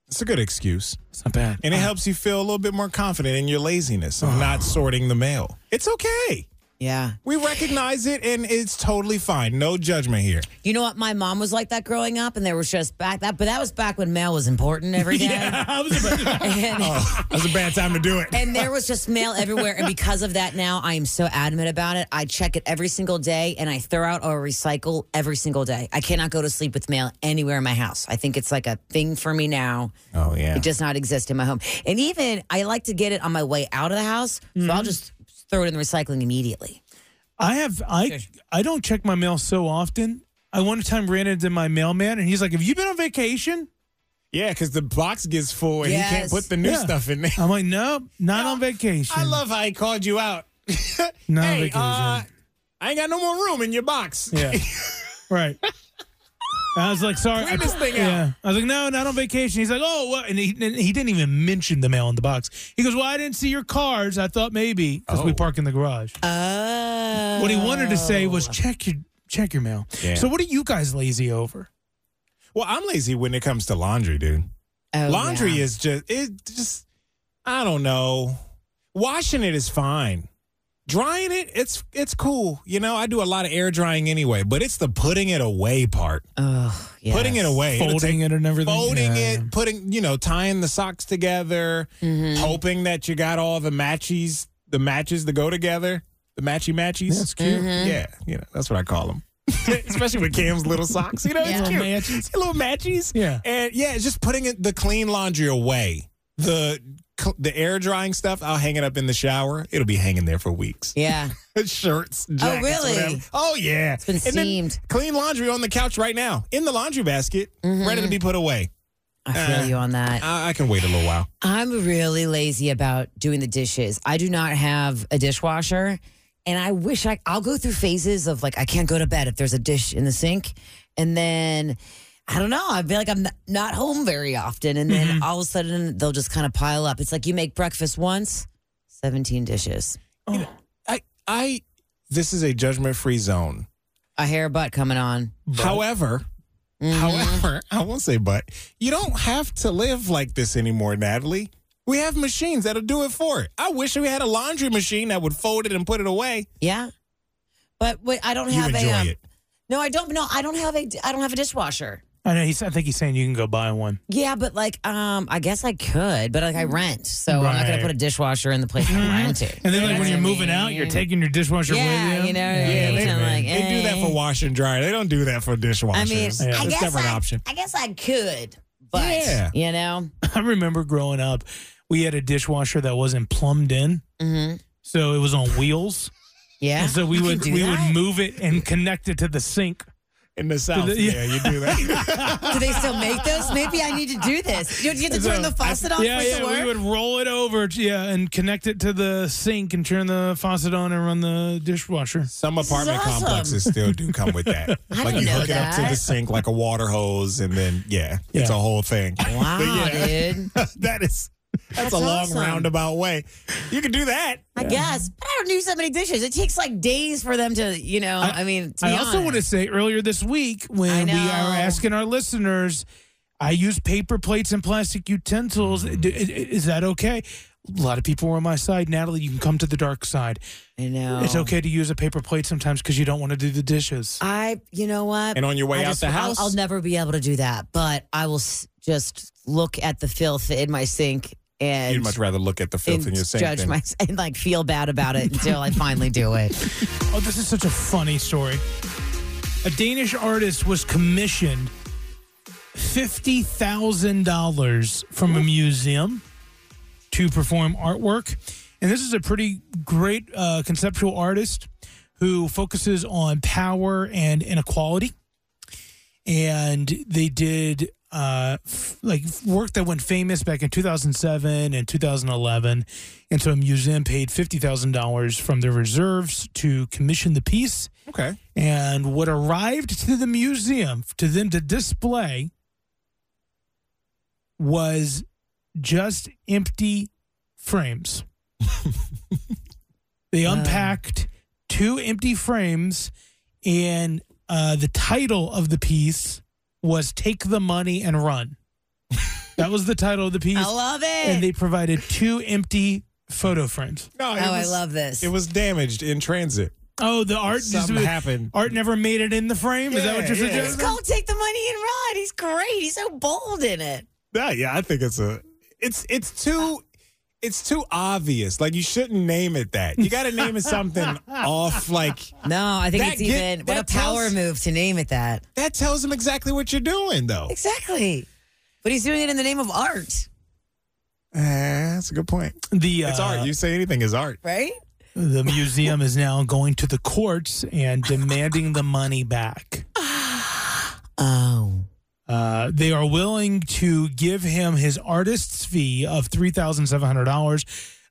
S5: It's a good excuse.
S3: It's not bad.
S5: And it
S4: Uh-huh.
S5: helps you feel a little bit more confident in your laziness of not sorting the mail. It's okay.
S4: Yeah.
S5: We recognize it and it's totally fine. No
S4: (laughs)
S5: judgment here.
S4: You know what? My mom was like that growing up, and there was just back that, but that was back when mail was important
S3: (laughs)
S4: every day. (laughs)
S5: I was about (laughs)
S4: and,
S3: Oh,
S5: That's a bad time to do it.
S4: and there was just mail everywhere. And because of that, now I am so adamant about it. I check it every single day and I throw out or recycle every single day. I cannot go to sleep with mail anywhere in my house. I think it's like a thing for me now.
S5: Oh, yeah.
S4: It does not exist in my home. And even I like to get it on my way out of the house. So I'll just throw it in the recycling immediately.
S3: I have I I don't check my mail so often. I one time ran into my mailman and he's like, "Have you been on vacation?"
S5: Yeah, because the box gets full and he can't
S4: Yes.
S5: put the new
S3: Yeah.
S5: stuff in there.
S3: I'm like, "Nope, not on vacation."
S5: I love how he called you out.
S3: (laughs) not on
S5: hey,
S3: vacation.
S5: uh, I ain't got no more room in your box.
S3: Yeah. right. I was like, sorry.
S5: Clean this thing out.
S3: yeah. I was like, no, not on vacation. He's like, oh, what? And he, and he didn't even mention the mail in the box. He goes, well, I didn't see your cars. I thought maybe because we park in the garage.
S4: Oh.
S3: What he wanted to say was check your check your mail.
S5: Yeah.
S3: So what are you guys lazy over?
S5: (laughs) Well, I'm lazy when it comes to laundry, dude.
S4: Oh,
S5: laundry
S4: yeah.
S5: is just it just I don't know. Washing it is fine. Drying it, it's it's cool. You know, I do a lot of air drying anyway, but it's the putting it away part.
S4: Oh,
S5: Putting it away, It'll take-
S3: folding it and everything.
S5: folding
S3: Yeah.
S5: it, putting you know, tying the socks together, hoping that you got all the matches, the matches to go together, the matchy matchies.
S3: That's cute. Mhm.
S5: Yeah, you know, that's what I call them. (laughs) Especially with Cam's little socks, you know, it's
S3: Yeah.
S5: cute.
S3: Little matchies.
S5: Little matchies,
S3: Yeah.
S5: and yeah, it's just putting it the clean laundry away. The cl- the air drying stuff, I'll hang it up in the shower. It'll be hanging there for weeks.
S4: Yeah.
S5: (laughs) Shirts, jackets,
S4: really?
S5: whatever. Oh yeah,
S4: It's been
S5: And then
S4: steamed.
S5: Clean laundry on the couch right now, in the laundry basket,
S4: Mm-hmm.
S5: ready to be put away.
S4: I feel
S5: Uh,
S4: you on that.
S5: I, I can wait a little while.
S4: I'm really lazy about doing the dishes. I do not have a dishwasher, and I wish I I'll go through phases of like I can't go to bed if there's a dish in the sink, and then I don't know. I feel like I'm n- not home very often, and
S5: Mm-hmm.
S4: then all of a sudden they'll just kind of pile up. It's like you make breakfast once, seventeen dishes.
S5: I I this is a judgment free zone.
S4: A hair butt coming on.
S5: However,
S4: Mm-hmm.
S5: however, (laughs) I won't say but you don't have to live like this anymore, Natalie. We have machines that'll do it for it. I wish we had a laundry machine that would fold it and put it away.
S4: Yeah, but wait, I don't
S5: You
S4: have
S5: enjoy
S4: a. um,
S5: it.
S4: No, I don't. No, I don't have a. I don't have a dishwasher.
S3: I know. He's, I think he's saying you can go buy one.
S4: Yeah, but like, um, I guess I could, but like, I rent, so I'm not gonna
S3: Right.
S4: put a dishwasher in the place I rent it.
S3: And then, like,
S4: You know Mm-hmm.
S3: when
S4: what
S3: you're
S4: I
S3: moving
S4: mean?
S3: out, you're taking your dishwasher
S4: Yeah,
S3: with you.
S4: you know what I mean? I'm like,
S5: They do that
S4: eh.
S5: for wash and dry. They don't do that for dishwashers.
S4: I mean,
S5: it's
S4: I
S5: a
S4: guess
S5: separate
S4: I,
S5: option.
S4: I guess I could, but
S5: Yeah.
S4: you know,
S3: (laughs) I remember growing up, we had a dishwasher that wasn't plumbed in,
S4: mm-hmm.
S3: so it was on wheels.
S4: yeah.
S3: And so we
S4: Ah, You can
S3: would
S4: do
S3: we
S4: that?
S3: would move it and connect it to the sink.
S5: In the south,
S3: the-
S5: yeah, you do that.
S4: (laughs) Do they still make those? Maybe I need to do this. You, you have to turn the faucet on
S3: yeah,
S4: for it
S3: yeah.
S4: to work.
S3: We would roll it over, yeah, and connect it to the sink and turn the faucet on and run the dishwasher.
S5: Some
S4: is
S5: apartment
S4: awesome.
S5: complexes still do come with that.
S4: (laughs) I
S5: like
S4: didn't
S5: you
S4: know
S5: hook it up to the
S4: that.
S5: sink like a water hose, and then yeah, it's a
S3: Yeah.
S5: whole thing.
S4: Wow,
S5: Yeah.
S4: dude.
S5: that is that's,
S4: That's
S5: a long
S4: awesome.
S5: roundabout way. You can do that.
S4: I guess, but I don't do so many dishes. It takes like days for them to, you know. I, mean, to be
S3: I also
S4: honest.
S3: want to say earlier this week
S4: I
S3: when we
S4: know.
S3: are asking our listeners, I use paper plates and plastic utensils.
S4: Mm.
S3: Do- i- i- Is that okay? A lot of people were on my side. Natalie, you can come to the dark side.
S4: I know
S3: It's okay to use a paper plate sometimes because you don't want to do the dishes.
S4: I, you know what?
S5: And on your way
S4: I
S5: out
S4: just-
S5: the
S4: I'll-
S5: house,
S4: I'll, never be able to do that, but I will s- just look at the filth in my sink and
S5: you'd much rather look at the filth
S4: and
S5: in your sink.
S4: judge
S5: than-
S4: my (laughs) and like feel bad about it until I finally do
S5: (laughs)
S4: it.
S3: Oh, this is such a funny story. A Danish artist was commissioned $50,000 from a museum to perform artwork. And this is a pretty great uh, conceptual artist who focuses on power and inequality. And they did uh, f- like work that went famous back in 2007 and 2011. And so a museum paid $50,000 from their reserves to commission the piece.
S5: okay,
S3: And what arrived to the museum to them to display was just empty frames. they unpacked two empty frames, and uh, the title of the piece was Take the Money and
S5: (laughs)
S3: Run. that was the title of the piece.
S4: I love it.
S3: and they provided two empty photo frames.
S5: no, it
S4: oh, I
S5: was-
S4: love this.
S5: It was damaged in transit.
S3: Oh, the art just
S5: Something happened.
S3: Art never made it in the frame. Is that what you're
S5: Yeah, yeah.
S4: It's
S3: suggesting?
S4: called "Take the Money and Run." He's great. He's so bold in it.
S5: Yeah, yeah, I think it's a it's it's too it's too obvious. Like you shouldn't name it that. You got to name
S4: (laughs)
S5: it something off. Like
S4: No, I think
S5: That
S4: it's
S5: get-
S4: even what a
S5: that tells-
S4: power move to name it that.
S5: that tells them exactly what you're doing, though.
S4: Exactly. But he's doing it in the name of art,
S5: Eh, that's a good point.
S3: The uh,
S5: It's art. You say anything is art.
S4: right?
S3: the museum is now going to the courts and demanding the money back.
S4: Oh.
S3: Uh, they are willing to give him his artist's fee of three thousand seven hundred dollars,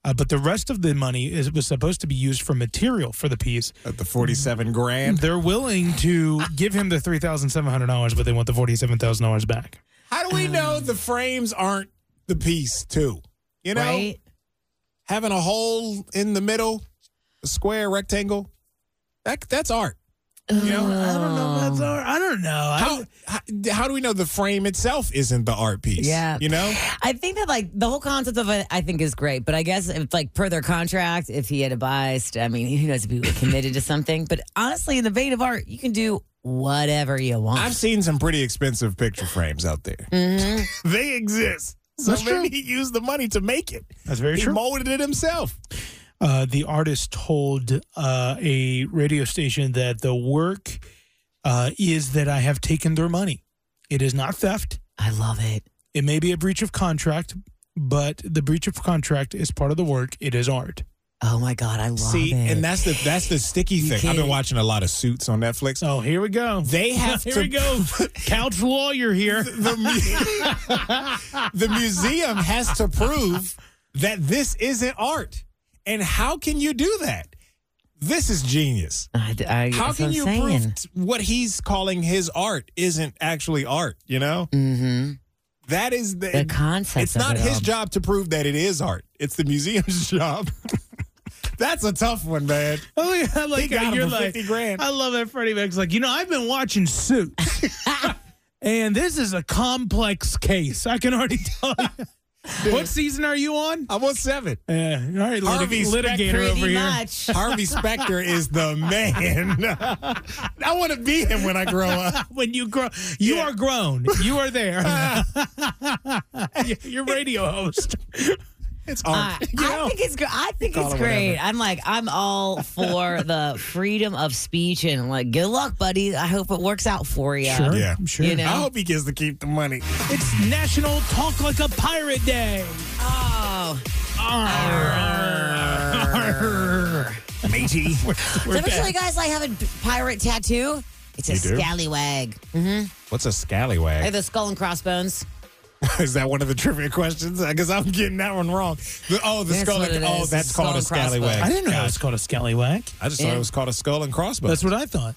S3: uh, but the rest of the money is was supposed to be used for material for the piece.
S5: At the forty-seven grand.
S3: They're willing to give him the three thousand seven hundred dollars, but they want the forty-seven thousand dollars back.
S5: How do we know the frames aren't the piece too? You know,
S4: right?
S5: having a hole in the middle, a square rectangle. That that's art. You know,
S3: I don't know. That's all. I don't know. I
S5: how,
S3: don't-
S5: how- how do we know the frame itself isn't the art piece?
S4: Yeah.
S5: You know?
S4: I think that like the whole concept of it, I think is great, but I guess if like per their contract, if he had a bias, I mean, who knows if he was committed to something. But honestly, in the vein of art, you can do whatever you want.
S5: I've seen some pretty expensive picture frames out there.
S4: Mm. Mm-hmm.
S5: they exist. So
S3: That's
S5: maybe he used the money to make it.
S3: That's very
S5: he
S3: true.
S5: molded it himself.
S3: uh, the artist told uh, a radio station that the work uh, is that I have taken their money. It is not theft.
S4: I love it.
S3: It may be a breach of contract, but the breach of contract is part of the work. It is art.
S4: Oh my God, I love
S5: See, and that's the that's the sticky thing. I've been
S3: can't-
S5: watching a lot of suits on Netflix.
S3: Oh, here we go. (laughs)
S5: They have
S3: here
S5: to
S3: we go. Couch lawyer here.
S5: the, mu- (laughs) the museum has to prove that this isn't art. And how can you do that? This is genius.
S4: I, I,
S5: how
S4: that's what
S5: can
S4: I'm
S5: you
S4: saying.
S5: prove t- what he's calling his art isn't actually art? You know,
S4: Mm-hmm.
S5: that is the,
S4: The concept
S5: It's
S4: of
S5: not
S4: it
S5: his
S4: all.
S5: job to prove that it is art. It's the museum's (laughs) job. That's a tough one, man.
S3: (laughs) Oh yeah, like
S5: He got
S3: uh,
S5: him
S3: you're
S5: for
S3: like
S5: 50 grand.
S3: I love that Freddie Mac's like, you know, I've been watching (laughs) Suits, and this is a complex case. I can already tell. (laughs) you. what season are you on?
S5: I'm on seven.
S3: Yeah, all right, lit-
S5: Harvey
S3: litigator
S5: Specter.
S3: over here.
S5: (laughs) Harvey Specter is the man. (laughs) I want to be him when I grow up.
S3: when you grow, you are grown. You are there. (laughs) You're radio host.
S5: It's
S4: Uh, I think it's great. I think
S3: Call
S4: it's
S3: it
S4: great. I'm like, I'm all
S5: (laughs)
S4: for the freedom of speech and like, good luck, buddy. I hope it works out for you.
S5: Sure, yeah,
S3: sure.
S4: You know?
S5: I hope he gets to keep the money. (laughs)
S3: It's National Talk Like a Pirate Day.
S4: Oh.
S3: Arr.
S5: Matey. (laughs)
S4: Did I ever tell you guys I have a pirate tattoo? It's a
S5: You do?
S4: scallywag. Mm-hmm.
S5: What's a
S4: I
S5: scallywag?
S4: have the skull and crossbones.
S5: is that one of the trivia questions? Because I'm getting that one wrong. The- oh, the
S4: That's
S5: skull.
S4: what
S5: And,
S4: it
S5: oh,
S4: is.
S5: that's
S4: Skull
S5: called a
S4: and crossbones.
S5: scallywag.
S3: I didn't know it
S5: Got
S3: was
S5: it.
S3: called a scallywag.
S5: I just thought
S4: Yeah.
S5: it was called a skull and crossbones.
S3: That's what I thought.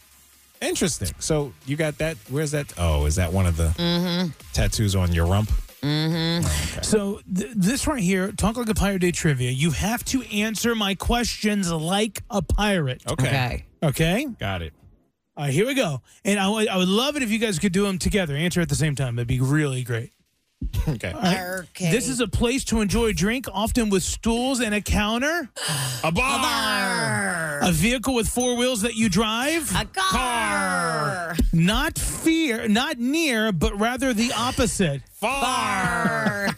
S5: Interesting. So you got that? Where's that? Oh, is that one of the
S4: Mm-hmm.
S5: tattoos on your rump?
S4: Mm-hmm.
S3: So th- this right here, Talk Like a Pirate Day trivia. You have to answer my questions like a pirate.
S5: Okay.
S4: Okay.
S3: Oh. Okay.
S5: Got it.
S3: All right, here we go. And I would- I would love it if you guys could do them together, answer at the same time. That'd be really great.
S5: Okay.
S3: All right.
S4: Okay.
S3: This is a place to enjoy a drink, often with stools and a counter,
S5: A bar.
S3: a vehicle with four wheels that you drive.
S4: A car.
S3: Not fear, not near, but rather the opposite.
S5: Far.
S4: Car.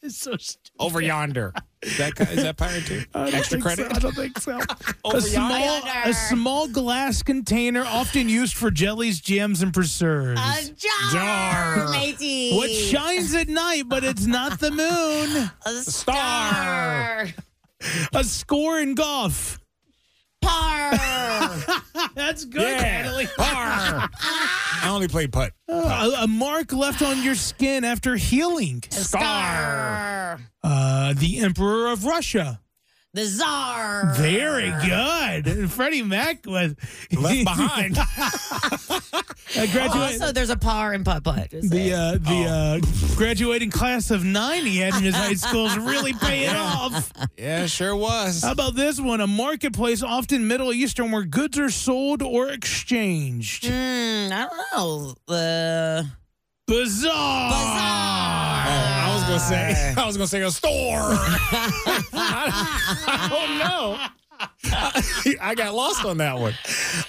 S3: It's so stupid.
S5: (laughs) Over yonder. Is that, is that pirate too? Extra credit?
S3: I don't think so.
S5: Over
S3: a, small,
S4: yonder.
S3: a small glass container often used for jellies, jams, and preserves.
S4: A jar.
S5: Jar.
S4: Matey.
S3: what shines at night, but it's not the moon.
S4: A star.
S3: A score in golf.
S4: Par.
S3: That's good, Natalie.
S4: (laughs)
S5: Bar. I only play (laughs) putt.
S3: A, a mark left on your skin after healing.
S4: Star.
S3: Uh, the Emperor of Russia.
S4: The czar.
S3: Very good. And Freddie Mac was
S5: Ah.
S3: (laughs)
S5: Left behind.
S3: a graduate.
S4: Also, there's a par in putt putt.
S3: the
S5: Oh.
S3: uh, the uh, graduating class of nine he had in his high school is really paying off.
S5: yeah, sure was.
S3: How about this one? A marketplace, often Middle Eastern, where goods are sold or exchanged.
S4: Mm, I don't know. The
S3: Bizarre.
S5: Oh, I was gonna say. (laughs) I was gonna say a store. I, I don't know. I got lost on that one.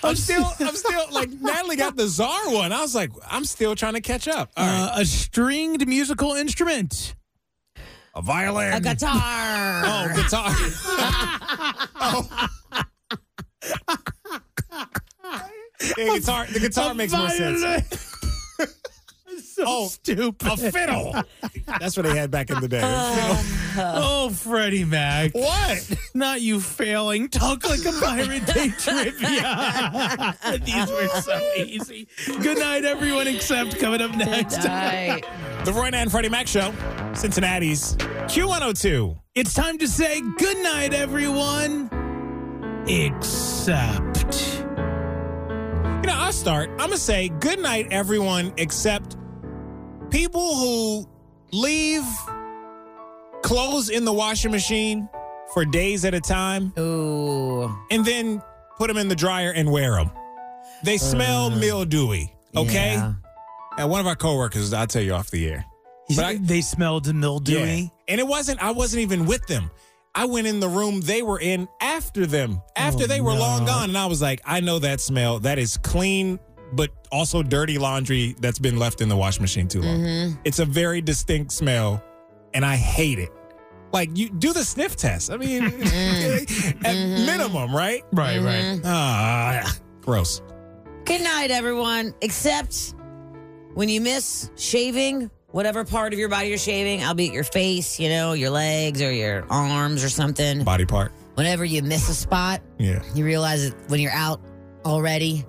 S5: I'm still, I'm still like Natalie got the czar one. I was like, I'm still trying to catch up. All right,
S3: Uh, a stringed musical instrument.
S5: a violin.
S4: a guitar.
S5: oh, (laughs) guitar. oh. Yeah, guitar. The guitar
S3: A
S5: makes more sense. (laughs)
S3: violin. so
S5: Oh,
S3: stupid.
S5: A fiddle. That's what they had back in the day.
S4: Uh.
S3: oh, Freddie Mac.
S5: what?
S3: Not you failing. Talk like a pirate
S5: (laughs)
S3: day trivia. (laughs) These were so easy. Good night, everyone, except coming up next.
S4: Right.
S5: The Roy and Freddie Mac Show, Cincinnati's Q102.
S3: It's time to say good night, everyone, except.
S5: You know, I'll start. I'm going to say good night, everyone, except people who leave clothes in the washing machine for days at a time
S4: (laughs) Ooh.
S5: and then put them in the dryer and wear them. They smell mildewy, okay?
S4: yeah.
S5: And one of our coworkers, I'll tell you off the air.
S3: But they smelled mildewy.
S5: And it wasn't, I wasn't even with them. I went in the room they were in after them, after
S3: Oh,
S5: they were long gone. And I was like, I know that smell. That is clean, but also dirty laundry that's been left in the wash machine too long.
S3: Mm-hmm.
S5: It's a very distinct smell, and I hate it. Like you do the sniff test.
S3: (laughs)
S5: I mean, (laughs) at minimum, right?
S3: Mm-hmm. Right, right.
S5: Ah, gross.
S4: Good night, everyone. Except when you miss shaving, whatever part of your body you're shaving, I'll be at your face, you know, your legs or your arms or something.
S5: Body part.
S4: Whenever you miss a spot,
S5: Yeah.
S4: you realize it when you're out already,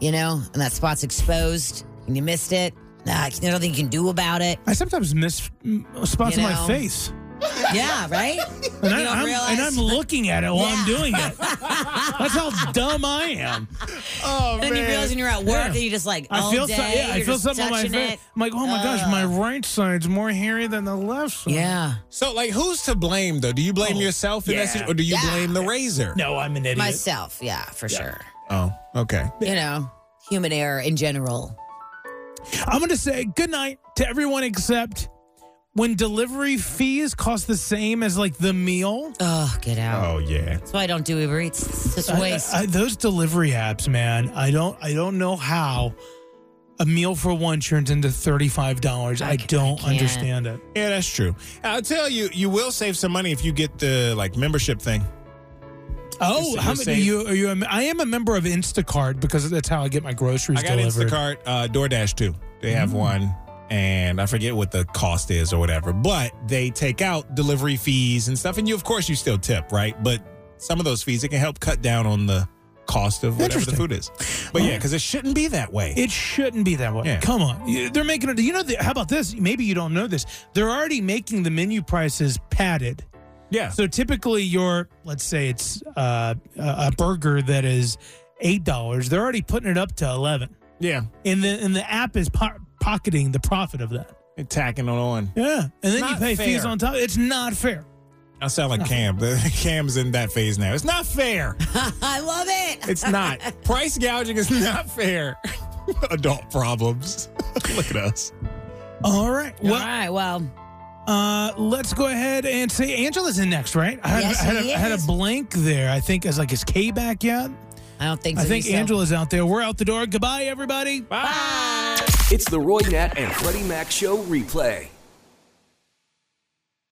S4: you know, and that spot's exposed and you missed it. Nah, there's nothing you can do about it.
S3: I sometimes miss mm, spots
S4: You
S3: on
S4: know.
S3: my face.
S4: Yeah, (laughs) right?
S3: And, I, am and I'm looking at it while I'm doing
S4: (laughs)
S3: it. That's how dumb I am.
S4: Oh, and then you
S3: man.
S4: realize when you're at work
S3: Yeah.
S4: and you just like, all
S3: I feel
S4: day,
S3: so- yeah, I
S4: you're
S3: feel
S4: just
S3: something on my
S4: touching
S3: face.
S4: it.
S3: I'm like, oh my gosh, my right side's more hairy than the left side. Oh,
S4: Yeah.
S5: So, like, who's to blame though? Do you blame yourself in
S3: yeah.
S5: that situation, or do you
S4: Yeah.
S5: blame the razor?
S3: No, I'm an idiot.
S4: Myself, yeah, for sure.
S5: Oh, okay.
S4: You know, human error in general.
S3: I'm going to say good night to everyone except when delivery fees cost the same as like the meal.
S4: Oh, get out.
S5: Oh yeah.
S4: That's why I don't do Uber Eats. It's just
S3: I-
S4: waste.
S3: I, I- those delivery apps, man. I don't. I don't know how a meal for one turns into thirty five dollars. I, don't understand it.
S5: Yeah, that's true. I'll tell you, you will save some money if you get the like membership thing.
S3: Oh, how many?
S5: saying-
S3: You, are you? a- I am a member of Instacart because that's how I get my groceries
S5: I got
S3: delivered. Mm.
S5: Instacart, uh, DoorDash too. They have one, and I forget what the cost is or whatever. But they take out delivery fees and stuff, and you of course you still tip, right? But some of those fees it can help cut down on the cost of whatever the
S3: Interesting. Oh.
S5: food is. But yeah, because it shouldn't be that way.
S3: It shouldn't be that way.
S5: Yeah.
S3: Come on, You- they're making it. You know, the, how about this? Maybe you don't know this. They're already making the menu prices padded.
S5: Yeah.
S3: So typically, your let's say it's uh, a a burger that is eight dollars. They're already putting it up to eleven.
S5: yeah,
S3: and the and the app is po- pocketing the profit of that.
S5: it tacking it on.
S3: Yeah, and then you
S5: Not
S3: pay
S5: fair.
S3: fees on top. It's not fair.
S5: I sound like Cam. (laughs) Cam's in that phase now. It's not fair.
S4: (laughs) I love it.
S3: (laughs)
S5: It's not. Price gouging is not fair. (laughs) Adult problems. (laughs) Look at us.
S3: All right. Well,
S4: All right. Well,
S3: uh, let's go ahead and say Angela's in next, right? I had,
S4: Yes,
S3: I had,
S4: he
S3: a, I had
S4: is.
S3: a blank there. I think is like is Kay back yet?
S4: I don't think
S3: I
S4: so.
S3: think
S4: yourself.
S3: Angela's out there. We're out the door. Goodbye, everybody.
S5: Bye.
S13: It's the Roy Nat and Freddie Mac Show replay.